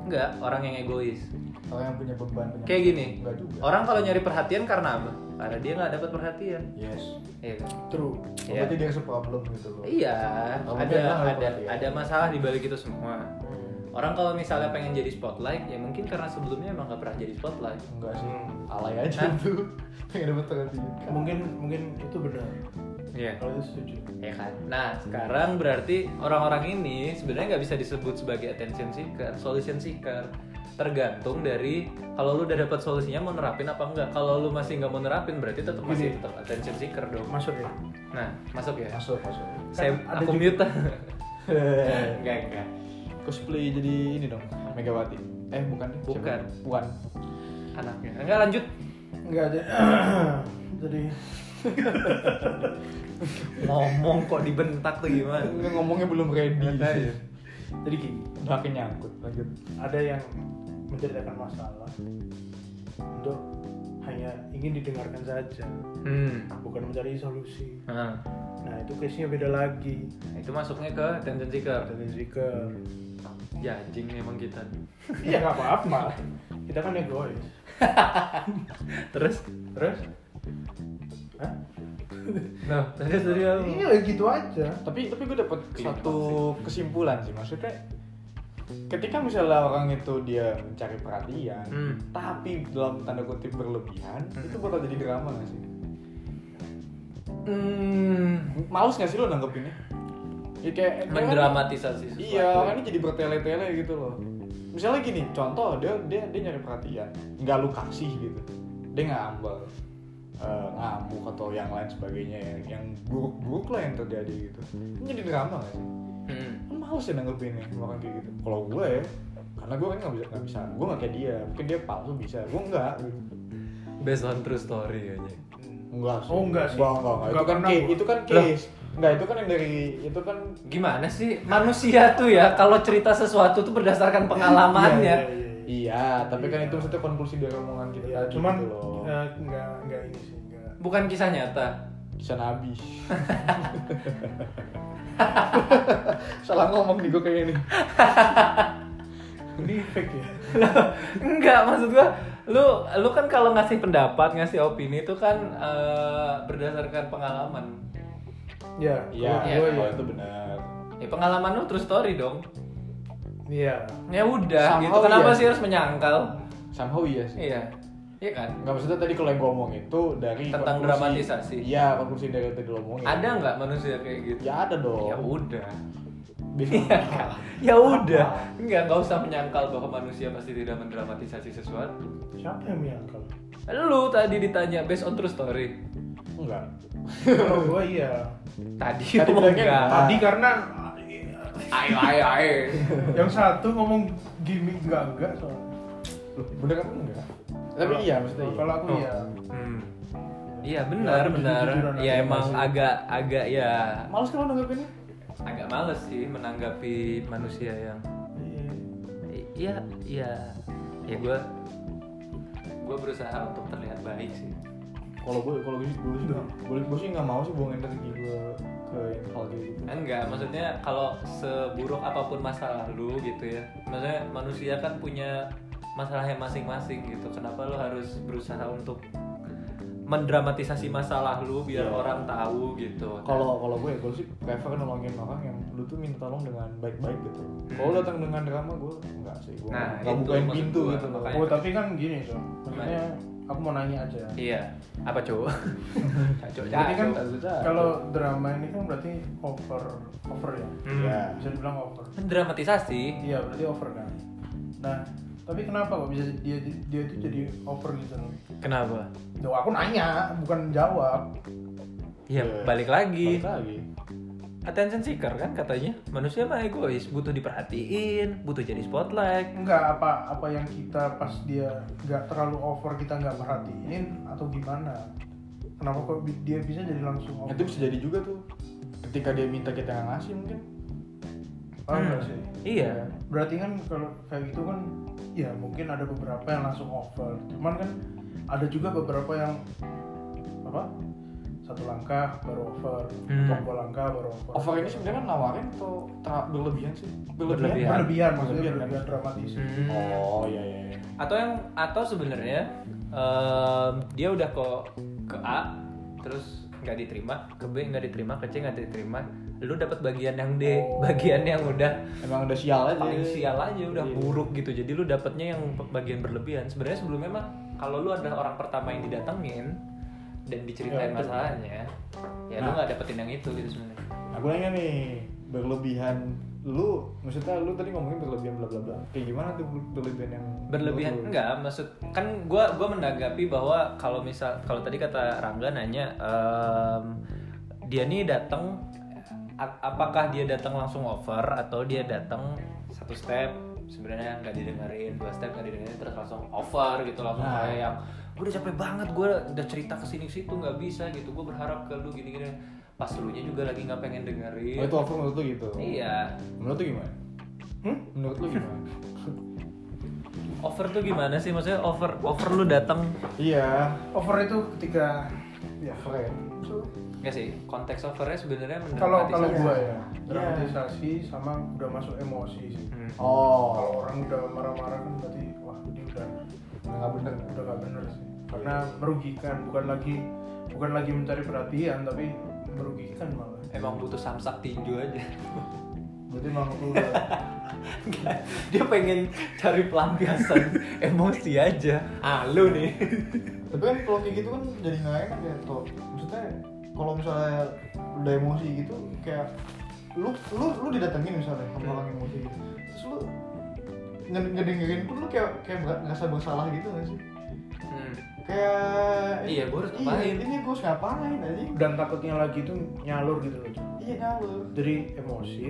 Speaker 4: Enggak, orang yang egois.
Speaker 3: orang yang punya beban punya
Speaker 4: Kayak gini.
Speaker 3: Nggak juga
Speaker 4: Orang kalau nyari perhatian karena apa? Karena dia nggak dapat perhatian.
Speaker 3: yes
Speaker 4: Iya kan?
Speaker 3: true
Speaker 4: Iya.
Speaker 3: berarti dia problem gitu loh
Speaker 4: Iya,
Speaker 3: Kalau
Speaker 4: ada
Speaker 3: dia nggak dapat
Speaker 4: ada
Speaker 3: perhatian.
Speaker 4: ada masalah di balik itu semua.
Speaker 2: Hmm.
Speaker 4: Orang kalau misalnya pengen jadi spotlight, ya mungkin karena sebelumnya emang nggak pernah jadi spotlight.
Speaker 3: enggak sih
Speaker 2: Hmm.
Speaker 3: alay aja
Speaker 4: Hah?
Speaker 3: tuh pengen dapet perhatian
Speaker 2: mungkin mungkin itu benar
Speaker 4: Iya.
Speaker 2: kalau itu setuju
Speaker 4: Ya kan. Nah, sekarang berarti orang-orang ini sebenarnya nggak bisa disebut sebagai attention seeker, solution seeker. Tergantung dari kalau lu udah dapat solusinya mau nerapin apa enggak. Kalau lu masih nggak mau nerapin berarti tetap masih
Speaker 2: Gini.
Speaker 4: tetap attention seeker dong.
Speaker 2: masuk ya
Speaker 4: Nah, masuk ya.
Speaker 3: masuk masuk
Speaker 4: Saya
Speaker 2: Kan Ada
Speaker 4: aku
Speaker 2: juga-
Speaker 4: mute. enggak, enggak.
Speaker 3: cosplay jadi ini dong Megawati eh bukan deh. Siapa?
Speaker 4: Bukan.
Speaker 3: bukan
Speaker 4: Anaknya. Enggak lanjut.
Speaker 2: nggak ada jadi
Speaker 4: Ngomong kok dibentak tuh gimana?
Speaker 3: Nggak, ngomongnya belum ready
Speaker 4: Makanya.
Speaker 2: jadi gini
Speaker 3: udah kenyangkut lanjut
Speaker 2: ada yang menceritakan masalah untuk hanya ingin didengarkan saja
Speaker 4: hmm.
Speaker 2: bukan mencari solusi
Speaker 4: Nah,
Speaker 2: nah itu case nya beda lagi
Speaker 4: itu masuknya ke attention seeker
Speaker 2: ada seeker
Speaker 4: ya anjing emang kita
Speaker 2: iya nggak apa-apa kita kan egois
Speaker 4: terus
Speaker 2: terus Hah?
Speaker 4: nah terus tadi apa?
Speaker 2: iya lah, gitu aja
Speaker 3: tapi tapi gue dapet satu kesimpulan sih maksudnya ketika misalnya orang itu dia mencari perhatian
Speaker 4: Hmm.
Speaker 3: tapi dalam tanda kutip berlebihan itu bakal jadi drama gak sih
Speaker 4: hmm.
Speaker 3: males gak sih lo nanggepinnya ya kayak kayak kan-
Speaker 4: mendramatisasi sesuatu
Speaker 3: iya orang ini jadi bertele-tele gitu loh misalnya gini contoh dia dia dia nyari perhatian nggak lu kasih gitu dia nggak ambal eh, ngamuk atau yang lain sebagainya ya. yang buruk-buruk lah yang terjadi gitu ini jadi drama gak sih
Speaker 4: Hmm.
Speaker 3: Kan males ya nanggepinnya sama orang kayak gitu kalau gue ya karena gue kan nggak bisa nggak bisa gue nggak kayak dia mungkin dia palsu bisa gue nggak gitu.
Speaker 4: based on true story kayaknya
Speaker 3: enggak sih
Speaker 2: Oh, enggak sih.
Speaker 3: enggak enggak, enggak.
Speaker 2: Enggak
Speaker 3: itu kan
Speaker 2: pernah
Speaker 3: case
Speaker 2: gua.
Speaker 3: itu kan case enggak itu kan yang dari itu kan
Speaker 4: gimana sih manusia tuh ya kalau cerita sesuatu tuh berdasarkan pengalamannya
Speaker 2: Iya, iya, iya.
Speaker 3: iya tapi kan itu maksudnya konklusi dari omongan kita
Speaker 2: Iya,
Speaker 3: tadi
Speaker 2: cuman
Speaker 3: gitu loh.
Speaker 2: eh, nggak nggak ini sih nggak
Speaker 4: bukan kisah nyata
Speaker 3: bisa nabi salah ngomong nih gue kayaknya nih
Speaker 2: ini fake ya
Speaker 4: enggak maksud gua lu lu kan kalau ngasih pendapat ngasih opini itu kan eh, berdasarkan pengalaman
Speaker 2: ya
Speaker 3: iya
Speaker 2: kalau
Speaker 3: oh,
Speaker 2: gua
Speaker 3: iya
Speaker 2: ya
Speaker 3: itu benar
Speaker 4: ya pengalaman lu true story dong
Speaker 2: iya
Speaker 4: ya udah
Speaker 3: Somehow
Speaker 4: gitu kenapa
Speaker 3: iya.
Speaker 4: sih harus menyangkal
Speaker 3: somehow iya sih
Speaker 4: iya iya kan
Speaker 3: Enggak maksudnya tadi kalau yang gue omong itu dari
Speaker 4: Tentang
Speaker 3: konklusi-
Speaker 4: dramatisasi.
Speaker 3: Iya, konklusi dari yang tadi lo omongin.
Speaker 4: ada nggak manusia kayak gitu
Speaker 3: Iya. Ya ada dong.
Speaker 4: ya udah
Speaker 3: Biasanya
Speaker 4: Iya kan? ya udah nggak nggak usah menyangkal bahwa manusia pasti tidak mendramatisasi sesuatu
Speaker 2: siapa yang menyangkal
Speaker 4: lu tadi ditanya based on true story
Speaker 3: Enggak.
Speaker 2: kalau gua iya
Speaker 4: tadi
Speaker 3: Tadi
Speaker 4: itu
Speaker 3: bilangnya
Speaker 4: enggak
Speaker 3: enggak.
Speaker 2: tadi karena ah, iya.
Speaker 4: ayo ayo ayo
Speaker 2: yang satu ngomong gimmick nggak enggak soalnya
Speaker 3: Loh, Bener kan enggak? Tapi
Speaker 2: Kalau-
Speaker 3: iya maksudnya. iya.
Speaker 2: kalau aku
Speaker 4: Oh.
Speaker 2: iya
Speaker 4: Hmm. iya benar
Speaker 2: Ya,
Speaker 4: benar
Speaker 2: jujur-jujuran
Speaker 4: ya
Speaker 2: aja
Speaker 4: emang
Speaker 2: masih.
Speaker 4: agak agak ya
Speaker 3: Males kalau nanggepinnya.
Speaker 4: agak males sih menanggapi manusia yang
Speaker 2: Iya.
Speaker 4: iya iya ya gue gue berusaha untuk terlihat baik sih
Speaker 3: Kalau gue kalau gue sih gue sih nggak- gue- gue sih nggak mau sih buang energi gue ke yang hal kayak gitu.
Speaker 4: Enggak, maksudnya kalau seburuk apapun masa lalu gitu ya. Maksudnya manusia kan punya masalahnya masing-masing gitu. Kenapa lo harus berusaha untuk mendramatisasi masalah lu biar
Speaker 3: Iya.
Speaker 4: orang tahu gitu.
Speaker 3: Kalau kalau gue gue sih prefer nolongin orang yang lu tuh minta tolong dengan baik-baik gitu. Kalau lu datang dengan drama gue enggak sih gue
Speaker 4: Nah,
Speaker 3: enggak
Speaker 4: itu
Speaker 3: bukain
Speaker 4: maksud
Speaker 3: pintu
Speaker 4: gue,
Speaker 3: gitu loh.
Speaker 4: makanya.
Speaker 2: Oh, tapi kan gini so maksudnya aku mau nanya aja
Speaker 4: Iya. Apa cowok? cowok.
Speaker 2: Berarti kan
Speaker 3: Cacok, cacok.
Speaker 2: kalau drama ini kan berarti over over ya
Speaker 3: Iya.
Speaker 4: Hmm.
Speaker 2: bisa dibilang over
Speaker 4: Mendramatisasi.
Speaker 2: iya berarti over kan nah tapi kenapa kok bisa dia dia itu jadi over gitu loh
Speaker 4: Kenapa?
Speaker 2: Tuh, aku nanya bukan jawab
Speaker 4: Ya,
Speaker 3: Iya.
Speaker 4: balik lagi.
Speaker 3: Balik lagi.
Speaker 4: Attention seeker kan katanya. Manusia mah egois, butuh diperhatiin, butuh jadi spotlight.
Speaker 2: enggak apa apa yang kita pas dia nggak terlalu over kita nggak perhatiin atau gimana kenapa kok bi- dia bisa jadi langsung over
Speaker 3: Itu bisa jadi juga tuh. Ketika dia minta kita nggak ngasih mungkin.
Speaker 2: Oh, enggak
Speaker 3: Hmm.
Speaker 2: sih
Speaker 4: Hmm. Iya.
Speaker 2: berarti kan kalau kayak gitu kan ya mungkin ada beberapa yang langsung over cuman kan ada juga beberapa yang apa satu langkah baru over
Speaker 4: Hmm.
Speaker 2: atau dua langkah baru over
Speaker 3: Over ini sebenarnya kan nawarin atau ter- berlebihan sih?
Speaker 4: Berlebihan.
Speaker 2: berlebihan maksudnya
Speaker 3: Berlebihan, kan?
Speaker 2: berlebihan dramatis
Speaker 4: Hmm.
Speaker 3: Oh iya iya. iya.
Speaker 4: atau yang atau sebenarnya em, dia udah ke ke A terus nggak diterima ke B nggak diterima ke C nggak diterima lu dapat bagian yang D bagian yang udah
Speaker 3: Emang udah sial aja.
Speaker 4: paling sial aja udah
Speaker 3: Iya.
Speaker 4: buruk gitu jadi lu dapatnya yang bagian berlebihan sebenarnya sebelumnya mah kalau lu adalah orang pertama yang didatengin dan diceritain masalahnya ya lu nggak dapetin yang itu gitu sebenarnya
Speaker 3: Aku nanya nih, berlebihan lu maksudnya lu tadi ngomongin berlebihan bla bla bla. Kayak gimana tuh berlebihan yang
Speaker 4: berlebihan
Speaker 3: menurut lu?
Speaker 4: enggak maksud kan gua gua menanggapi bahwa kalau misal kalau tadi kata Rangga nanya em, dia nih datang a- apakah dia datang langsung over atau dia datang satu step sebenarnya nggak didengerin dua step nggak didengerin terus langsung over gitu langsung
Speaker 3: Nah.
Speaker 4: kayak yang gue udah capek banget gue udah cerita kesini situ nggak bisa gitu gue berharap ke lu gini gini pas lu juga lagi nggak pengen
Speaker 3: Oh,
Speaker 4: dengerin
Speaker 3: itu over menurut lu gitu.
Speaker 4: iya
Speaker 3: Menurut lu gimana?
Speaker 2: Hmm?
Speaker 3: Menurut lu gimana?
Speaker 4: over tuh gimana sih maksudnya over over lu datang
Speaker 3: iya
Speaker 2: over itu ketika ya
Speaker 3: keren
Speaker 2: so,
Speaker 4: nggak sih konteks overnya sebenarnya
Speaker 2: kalau kalau
Speaker 4: mendramatisasi.
Speaker 2: gua
Speaker 3: Iya.
Speaker 2: ya dramatisasi sama udah masuk emosi sih
Speaker 4: Hmm.
Speaker 2: kalau
Speaker 3: oh
Speaker 2: orang udah marah-marah kan berarti wah ini udah
Speaker 3: nggak bener
Speaker 2: udah gak bener sih karena merugikan bukan lagi bukan lagi mencari perhatian tapi merugikan malah
Speaker 4: emang butuh samsak tinju aja
Speaker 3: berarti emang lu udah
Speaker 4: dia pengen cari pelampiasan emosi aja ah lu nih
Speaker 3: tapi kan kalau kayak gitu kan jadi nggak enak ya tuh maksudnya kalau misalnya udah emosi gitu kayak lu lu lu didatengin misalnya
Speaker 4: Iya.
Speaker 3: sama orang emosi gitu. terus lu nge- ngedengerin pun lu kayak kayak ber- ngerasa bersalah gitu nggak sih
Speaker 4: Hmm.
Speaker 3: kayak
Speaker 4: Iya, gua harus ngapain.
Speaker 3: iya, ini gue harus ngapain aja
Speaker 2: dan takutnya lagi itu nyalur gitu loh Cuk.
Speaker 3: iya nyalur
Speaker 2: dari emosi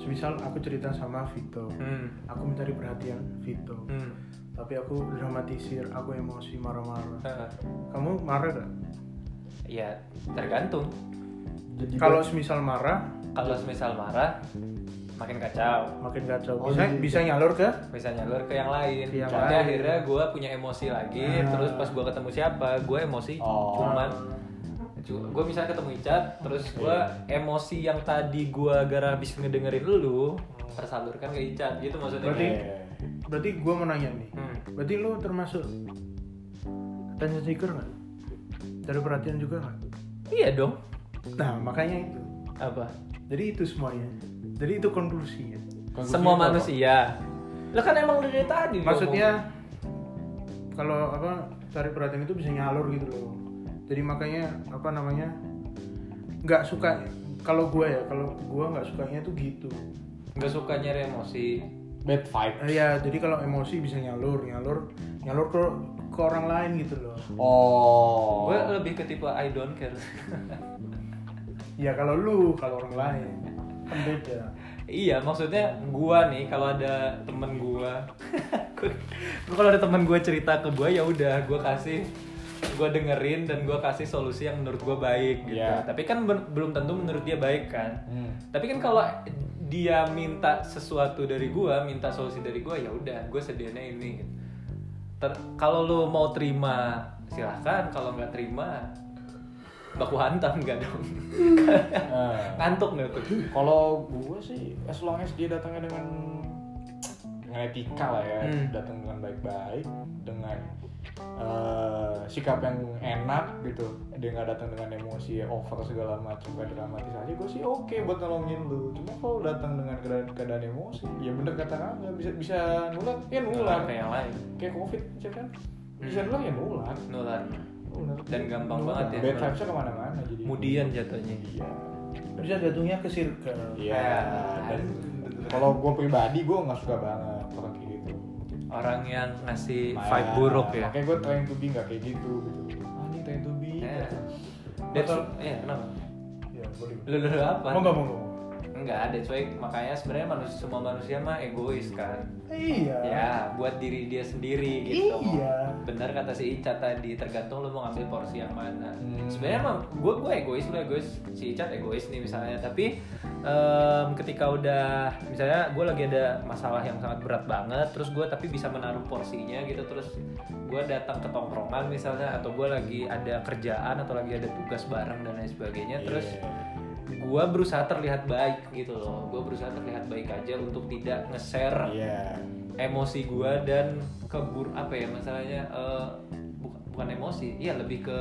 Speaker 2: semisal aku cerita sama Vito
Speaker 4: Hmm.
Speaker 2: aku mencari perhatian Vito
Speaker 4: Hmm.
Speaker 2: tapi aku dramatisir aku emosi marah-marah
Speaker 4: Eh,
Speaker 2: kamu marah gak?
Speaker 4: ya tergantung
Speaker 3: jadi
Speaker 2: kalau semisal marah
Speaker 4: kalau misal marah makin kacau
Speaker 2: makin kacau
Speaker 3: Oh,
Speaker 2: bisa
Speaker 3: jadi-
Speaker 2: bisa nyalur ke
Speaker 4: bisa nyalur ke yang lain
Speaker 2: Ke yang
Speaker 4: jadi
Speaker 2: lain.
Speaker 4: akhirnya gue punya emosi lagi
Speaker 2: Ah.
Speaker 4: terus pas gue ketemu siapa gue emosi
Speaker 3: Oh.
Speaker 2: Nah,
Speaker 4: cuman gue misalnya ketemu Icat terus gue emosi yang tadi gue gara habis ngedengerin lu tersalurkan ke Icat gitu maksudnya
Speaker 2: Berarti-
Speaker 3: Iya.
Speaker 2: berarti gue mau nanya nih
Speaker 4: Hmm.
Speaker 2: berarti lu termasuk attention seeker gak? cari perhatian juga gak?
Speaker 4: iya dong
Speaker 2: nah makanya itu
Speaker 4: apa
Speaker 2: jadi itu semuanya jadi itu konklusinya
Speaker 3: Konklusinya
Speaker 4: semua
Speaker 3: apa?
Speaker 4: manusia lo kan emang dari tadi gua
Speaker 2: maksudnya kalau apa cari perhatian itu bisa nyalur gitu loh jadi makanya apa namanya nggak suka kalau gue ya kalau gue nggak sukanya tuh gitu
Speaker 4: ngomong. nggak suka nyari emosi
Speaker 3: bad vibe
Speaker 2: Eh, ya jadi kalau emosi bisa nyalur nyalur nyalur ke ke orang lain gitu loh
Speaker 3: oh
Speaker 4: gue lebih ke tipe I don't care
Speaker 2: ya kalau lu kalau orang lain kan beda
Speaker 4: Iya, maksudnya gua nih kalau ada temen gua, gua- gua kalau ada temen gua cerita ke gua ya udah gua kasih gua dengerin dan gua kasih solusi yang menurut gua baik gitu.
Speaker 3: Iya.
Speaker 4: Tapi kan ben- belum tentu menurut dia baik kan.
Speaker 3: Hmm.
Speaker 4: Tapi kan kalau dia minta sesuatu dari gua, minta solusi dari gua ya udah, gua sedianya ini. gitu. Ter- kalau lu mau terima silahkan, kalau nggak terima baku hantam nggak dong?
Speaker 3: Eh.
Speaker 4: Ngantuk nggak tuh?
Speaker 3: Kalau gue sih, as long as dia datangnya dengan dengan etika lah ya,
Speaker 4: Hmm.
Speaker 3: datang dengan baik-baik, dengan eh, sikap yang enak gitu, dia nggak datang dengan emosi over segala macam kayak dramatisasi, gue sih oke buat nolongin lu. Cuma kalau datang dengan keadaan, keadaan emosi, ya bener kata nggak bisa bisa nular, ya nular.
Speaker 4: Kayak yang lain.
Speaker 3: Kayak covid aja kan, bisa nular ya nular. Nular.
Speaker 4: nular Hmm. Dan gampang
Speaker 3: Nular.
Speaker 4: banget ya,
Speaker 3: Bad
Speaker 4: nular.
Speaker 3: vibes-nya kemana-mana jadi.
Speaker 4: kemudian jatuhnya
Speaker 3: Iya.
Speaker 2: bisa jatuhnya ke circle
Speaker 3: Iya. Dan kalau gue pribadi gue nggak suka banget orang kayak gitu.
Speaker 4: orang yang ngasih
Speaker 3: Nah,
Speaker 4: vibe buruk ya
Speaker 3: Makanya gue trying to be nggak kayak gitu gitu. Ah ini trying to be.
Speaker 4: Ya. That's,
Speaker 2: Atau-
Speaker 4: ya kenapa
Speaker 2: ya boleh
Speaker 4: lu lu lu apa
Speaker 2: mau nggak mau nggak mau
Speaker 4: enggak ada cuy makanya sebenarnya manusia semua manusia mah egois kan
Speaker 2: iya
Speaker 4: ya buat diri dia sendiri gitu
Speaker 2: Iya.
Speaker 4: benar kata si Ica tadi tergantung lu mau ngambil porsi yang mana
Speaker 3: Hmm.
Speaker 4: sebenarnya mah gue gue egois lu egois si Ica egois nih misalnya tapi em, ketika udah misalnya gue lagi ada masalah yang sangat berat banget terus gue tapi bisa menaruh porsinya gitu terus gue datang ke tongkrongan misalnya atau gue lagi ada kerjaan atau lagi ada tugas bareng dan lain
Speaker 3: Iya.
Speaker 4: sebagainya Ya, terus gue berusaha terlihat baik gitu loh gue berusaha terlihat baik aja untuk tidak nge-share
Speaker 3: Iya.
Speaker 4: emosi gua dan kebur apa ya masalahnya eh, bukan bukan emosi iya lebih ke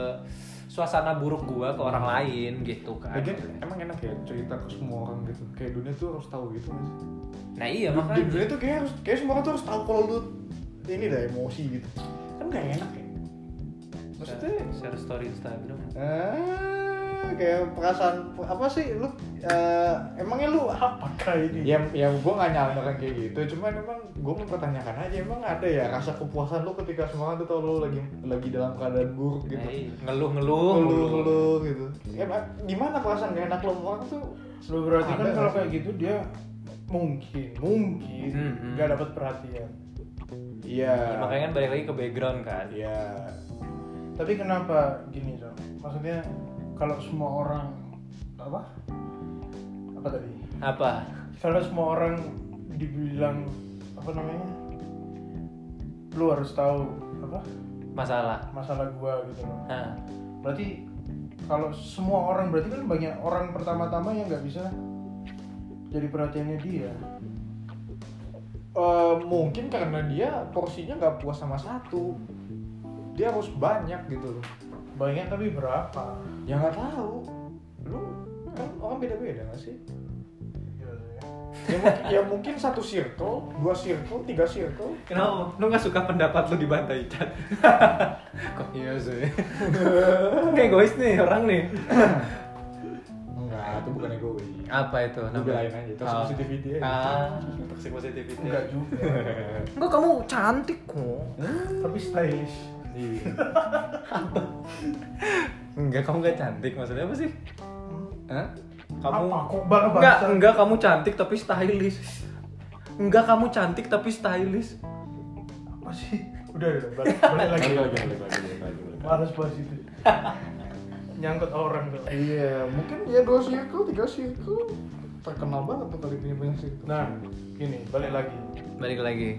Speaker 4: suasana buruk gua ke orang lain gitu kan
Speaker 3: Lagian emang enak ya cerita ke semua orang gitu. Kayak dunia tuh harus tahu gitu nggak sih.
Speaker 4: nah iya
Speaker 3: Di dunia
Speaker 4: makanya
Speaker 3: tuh kayak harus kayak semua orang tuh harus tahu kalau lu ini dah emosi gitu. Kan nggak enak ya. Maksudnya
Speaker 4: share story Instagram
Speaker 3: eh kayak perasaan apa sih lu eh, emangnya lu
Speaker 2: apakah ini
Speaker 3: ya ya gue nggak nyalain orang kayak gitu cuman emang gue mempertanyakan aja emang ada ya rasa kepuasan lo ketika semua orang tuh tau lo lagi lagi dalam keadaan buruk gitu
Speaker 4: Nah, iya. ngeluh-ngeluh
Speaker 3: lo lo gitu emang gimana perasaan gak enak lo sama orang tuh
Speaker 2: Lu berarti kan
Speaker 3: Ada
Speaker 2: kalau
Speaker 3: nggak
Speaker 2: kayak gitu dia mungkin mungkin
Speaker 4: Hmm, hmm.
Speaker 2: nggak dapat perhatian.
Speaker 3: iya
Speaker 4: Ya, makanya kan balik lagi ke background kan
Speaker 3: iya
Speaker 2: Tapi kenapa gini Sam? Maksudnya kalau semua orang apa? Apa tadi?
Speaker 4: apa
Speaker 2: Kalau semua orang dibilang apa namanya? lu harus tahu apa
Speaker 4: masalah
Speaker 2: masalah gua gitu loh
Speaker 4: nah,
Speaker 2: berarti kalau semua orang berarti kan banyak orang pertama-tama yang nggak bisa jadi perhatiannya dia
Speaker 3: Eh, mungkin karena dia porsinya nggak puas sama satu dia harus banyak gitu loh
Speaker 2: banyak tapi berapa
Speaker 3: ya nggak tahu lu kan orang beda-beda nggak sih
Speaker 2: Iya sih.
Speaker 3: ya mungkin, ya mungkin satu circle dua circle tiga circle
Speaker 1: Kenapa? Lu gak suka pendapat lu dibantai, Chat? Kok iya sih? Ini egois nih orang nih
Speaker 3: enggak itu bukan egois
Speaker 4: apa itu
Speaker 3: Lu belain aja toxic
Speaker 4: Oh.
Speaker 3: positivity aja
Speaker 4: ah toxic positivity
Speaker 2: enggak juga
Speaker 1: Enggak, kamu cantik kok
Speaker 2: tapi stylish
Speaker 3: Iya.
Speaker 1: Enggak, kamu gak cantik, maksudnya apa sih? Hah? Kamu
Speaker 2: apa kok banget
Speaker 1: Enggak, enggak kamu cantik tapi stylish Enggak, kamu cantik tapi stylish
Speaker 2: apa sih udah udah balik, balik lagi
Speaker 3: Balik, balik, balik, balik, balik, balik.
Speaker 2: males bahas itu nyangkut orang tuh
Speaker 3: Iya, mungkin ya dua circle, tiga circle terkenal banget tuh kali punya banyak circle.
Speaker 2: nah gini balik lagi
Speaker 4: balik lagi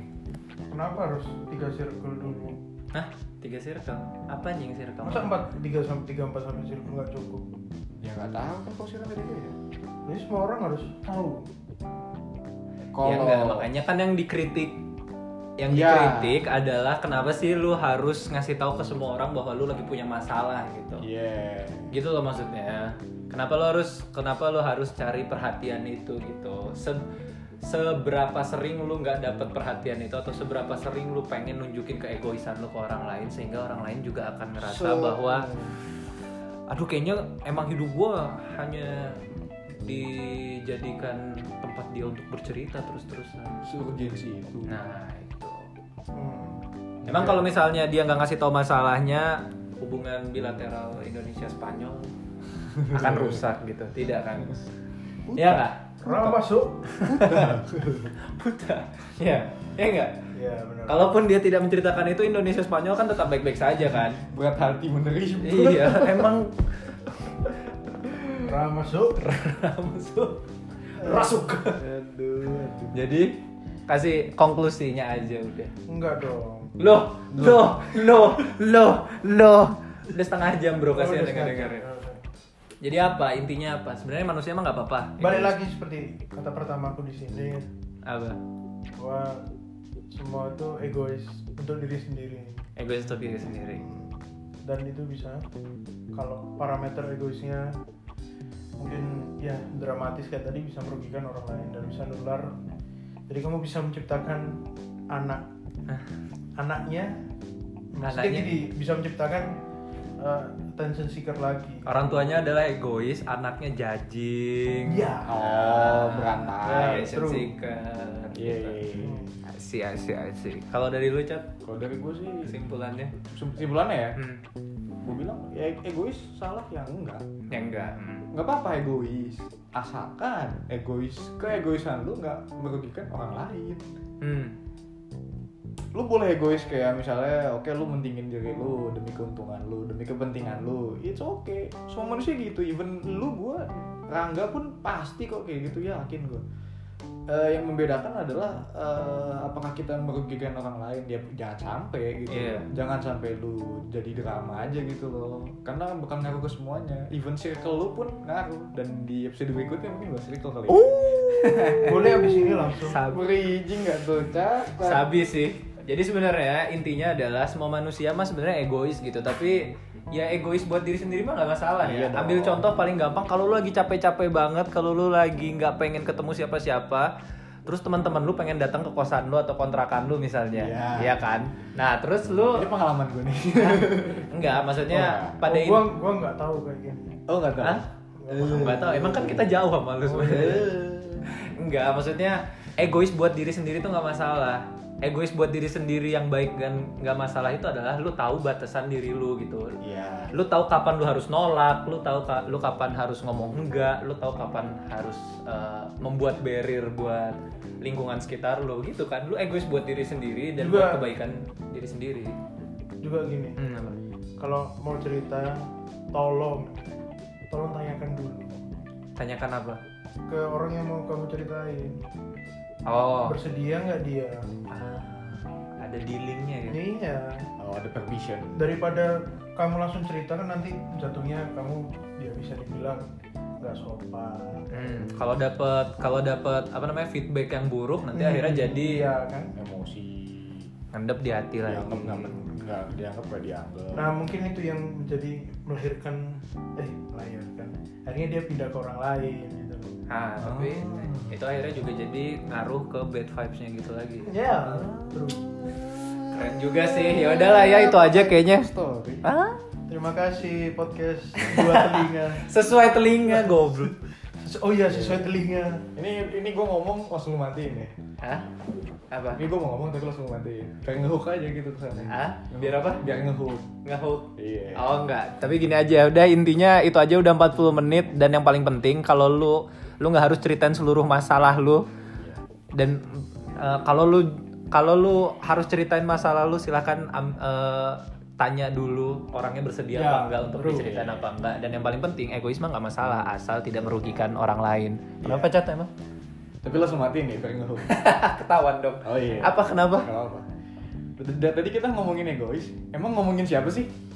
Speaker 2: kenapa harus tiga circle dulu
Speaker 4: Hah? tiga circle apa anjing circle
Speaker 2: masa empat tiga sampai tiga empat sampai circle nggak cukup
Speaker 3: ya nggak tahu kan posisinya beda beda.
Speaker 2: jadi semua orang harus tahu
Speaker 4: Ya
Speaker 3: Kalau
Speaker 4: enggak, makanya kan yang dikritik
Speaker 2: Iya.
Speaker 4: yang
Speaker 3: Ya.
Speaker 4: dikritik adalah kenapa sih lu harus ngasih tahu ke semua orang bahwa lu lagi punya masalah gitu.
Speaker 3: Iya.
Speaker 4: Gitu loh maksudnya. Kenapa lu harus kenapa lu harus cari perhatian itu gitu. Se- seberapa sering lu nggak dapet perhatian itu atau seberapa sering lu pengen nunjukin keegoisan lu ke orang lain sehingga orang lain juga akan ngerasa
Speaker 3: So-
Speaker 4: bahwa aduh kayaknya emang hidup gua hanya dijadikan tempat dia untuk bercerita terus-terusan.
Speaker 3: Seurgensi itu.
Speaker 4: Nah itu.
Speaker 2: hmm.
Speaker 4: Emang kalau misalnya dia nggak ngasih tahu masalahnya hubungan bilateral Indonesia Spanyol akan rusak gitu, tidak kan? Iya nggak?
Speaker 2: kenapa masuk
Speaker 4: Buta. Iya, iya nggak?
Speaker 2: ya benar
Speaker 4: Kalaupun dia tidak menceritakan itu Indonesia Spanyol kan tetap baik-baik saja kan?
Speaker 3: Berat hati menerima.
Speaker 4: iya, emang
Speaker 2: kenapa masuk
Speaker 4: masuk rasuk. Jadi kasih konklusinya aja udah.
Speaker 2: enggak dong
Speaker 4: Loh, loh, loh, loh, loh. Udah setengah jam bro
Speaker 2: Kalau
Speaker 4: kasih
Speaker 2: udah
Speaker 4: denger dengerin.
Speaker 2: sengaja.
Speaker 4: Jadi apa intinya apa? Sebenarnya manusia mah nggak apa-apa.
Speaker 2: balik lagi seperti kata pertama aku di sini
Speaker 4: Apa?
Speaker 2: bahwa semua itu egois untuk diri sendiri
Speaker 4: Egois untuk diri sendiri.
Speaker 2: dan itu bisa kalau parameter egoisnya mungkin ya dramatis kayak tadi bisa merugikan orang lain dan bisa nular jadi kamu bisa menciptakan anak
Speaker 4: Hah?
Speaker 2: anaknya maksudnya
Speaker 4: Anaknya?
Speaker 2: jadi bisa menciptakan eh, attention seeker lagi
Speaker 4: Orang tuanya adalah egois, anaknya jajing.
Speaker 2: Iya.
Speaker 3: Oh, berantai.
Speaker 2: Iya.
Speaker 4: Attention
Speaker 2: true.
Speaker 4: seeker.
Speaker 3: Iya. iya, iya.
Speaker 4: Asik, asik, asik. Kalau dari lu, Cat,
Speaker 3: Kalau dari gue sih
Speaker 4: kesimpulannya?
Speaker 3: kesimpulannya ya,
Speaker 4: Hmm.
Speaker 3: gue bilang ya egois salah ya enggak.
Speaker 4: Ya enggak. hmm.
Speaker 3: Enggak apa-apa egois, asalkan egois keegoisan lu nggak merugikan orang lain.
Speaker 4: Hmm.
Speaker 3: lu boleh egois kayak misalnya oke lu mentingin diri lu demi keuntungan lu demi kepentingan lu it's okay semua manusia gitu even lu gua Rangga pun pasti kok kayak gitu yakin gua Eh, yang membedakan adalah eh, apakah kita merugikan orang lain ya jangan sampai gitu
Speaker 4: Iya.
Speaker 3: jangan sampai lu jadi drama aja gitu loh karena bakal ngaruh ke semuanya even circle lu pun ngaruh dan di episode berikutnya mungkin bahas circle kali ya
Speaker 2: boleh abis ini langsung
Speaker 4: Sab-
Speaker 3: berijing gak tuh Cak?
Speaker 4: Sabi sih. Jadi sebenarnya intinya adalah semua manusia mah sebenarnya egois gitu, tapi ya egois buat diri sendiri mah nggak masalah
Speaker 3: Iya
Speaker 4: ya.
Speaker 3: dong.
Speaker 4: Ambil contoh paling gampang kalau lu lagi capek-capek banget, kalau lu lagi nggak pengen ketemu siapa-siapa, terus teman-teman lu pengen datang ke kosan lu atau kontrakan lu misalnya,
Speaker 3: Iya.
Speaker 4: iya kan? Nah terus lu
Speaker 3: ini pengalaman gue nih
Speaker 4: nggak, maksudnya
Speaker 3: Oh,
Speaker 4: pada
Speaker 2: Oh, gua gua nggak tahu kayak gini
Speaker 3: oh nggak tahu
Speaker 4: Hah? nggak tahu. Emang kan kita jauh sama lu sebenarnya. Enggak, maksudnya egois buat diri sendiri tuh nggak masalah. Egois buat diri sendiri yang baik dan nggak masalah itu adalah lu tahu batasan diri lu gitu.
Speaker 3: Iya.
Speaker 4: Lu tahu kapan lu harus nolak, lu tahu ka- lu kapan harus ngomong enggak, lu tahu kapan harus eh, membuat barrier buat lingkungan sekitar lu gitu kan. Lu egois buat diri sendiri dan buat
Speaker 2: Juga-
Speaker 4: kebaikan diri sendiri.
Speaker 2: juga gini
Speaker 4: Hmm, apa?
Speaker 2: kalau mau cerita tolong tolong tanyakan dulu
Speaker 4: Tanyakan apa?
Speaker 2: ke orang yang mau kamu ceritain
Speaker 4: Oh.
Speaker 2: bersedia nggak dia
Speaker 4: Ah, ada dealingnya gitu
Speaker 2: iya
Speaker 3: Oh, ada permission.
Speaker 2: daripada kamu langsung cerita kan nanti jatuhnya kamu ya bisa dibilang nggak sopan
Speaker 4: Hmm, kalau dapat kalau dapat apa namanya feedback yang buruk nanti akhirnya jadi
Speaker 2: iya kan
Speaker 3: Emosi.
Speaker 4: ngendep di hati lah
Speaker 3: Dianggap nggak men- nggak dianggap nggak dianggap.
Speaker 2: nah mungkin itu yang menjadi melahirkan eh melahirkan akhirnya dia pindah ke orang lain gitu loh
Speaker 4: ah tapi itu akhirnya juga jadi ngaruh ke bad vibesnya gitu lagi
Speaker 2: ya terus
Speaker 4: keren juga sih ya udahlah ya itu aja kayaknya
Speaker 3: Story.
Speaker 4: ah
Speaker 2: terima kasih podcast dua telinga
Speaker 4: sesuai telinga goblok
Speaker 2: Ses- oh iya sesuai telinga
Speaker 3: Ini ini gue ngomong langsung lu matiin ya.
Speaker 4: ah apa
Speaker 3: Ini gue mau ngomong tapi langsung lu matiin. Kayak ngehook aja gitu kesannya.
Speaker 4: ah biar apa
Speaker 3: Biar ngehook.
Speaker 4: nggak hold
Speaker 3: Iya.
Speaker 4: Oh enggak, tapi gini aja, udah intinya itu aja udah 40 menit dan yang paling penting kalau lu lu nggak harus ceritain seluruh masalah lu. Dan eh, kalau lu kalau lu harus ceritain masalah lu silahkan am- eh, tanya dulu orangnya bersedia apa
Speaker 3: Ya,
Speaker 4: enggak untuk diceritain apa enggak dan yang paling penting egoisme nggak masalah asal tidak merugikan orang lain. Kenapa cat emang?
Speaker 3: Tapi langsung matiin ya biar ngehook.
Speaker 4: Ketahuan dong.
Speaker 3: Oh iya.
Speaker 4: Apa kenapa?
Speaker 3: Gak apa-apa. Dari tadi kita ngomongin egois, emang ngomongin siapa sih?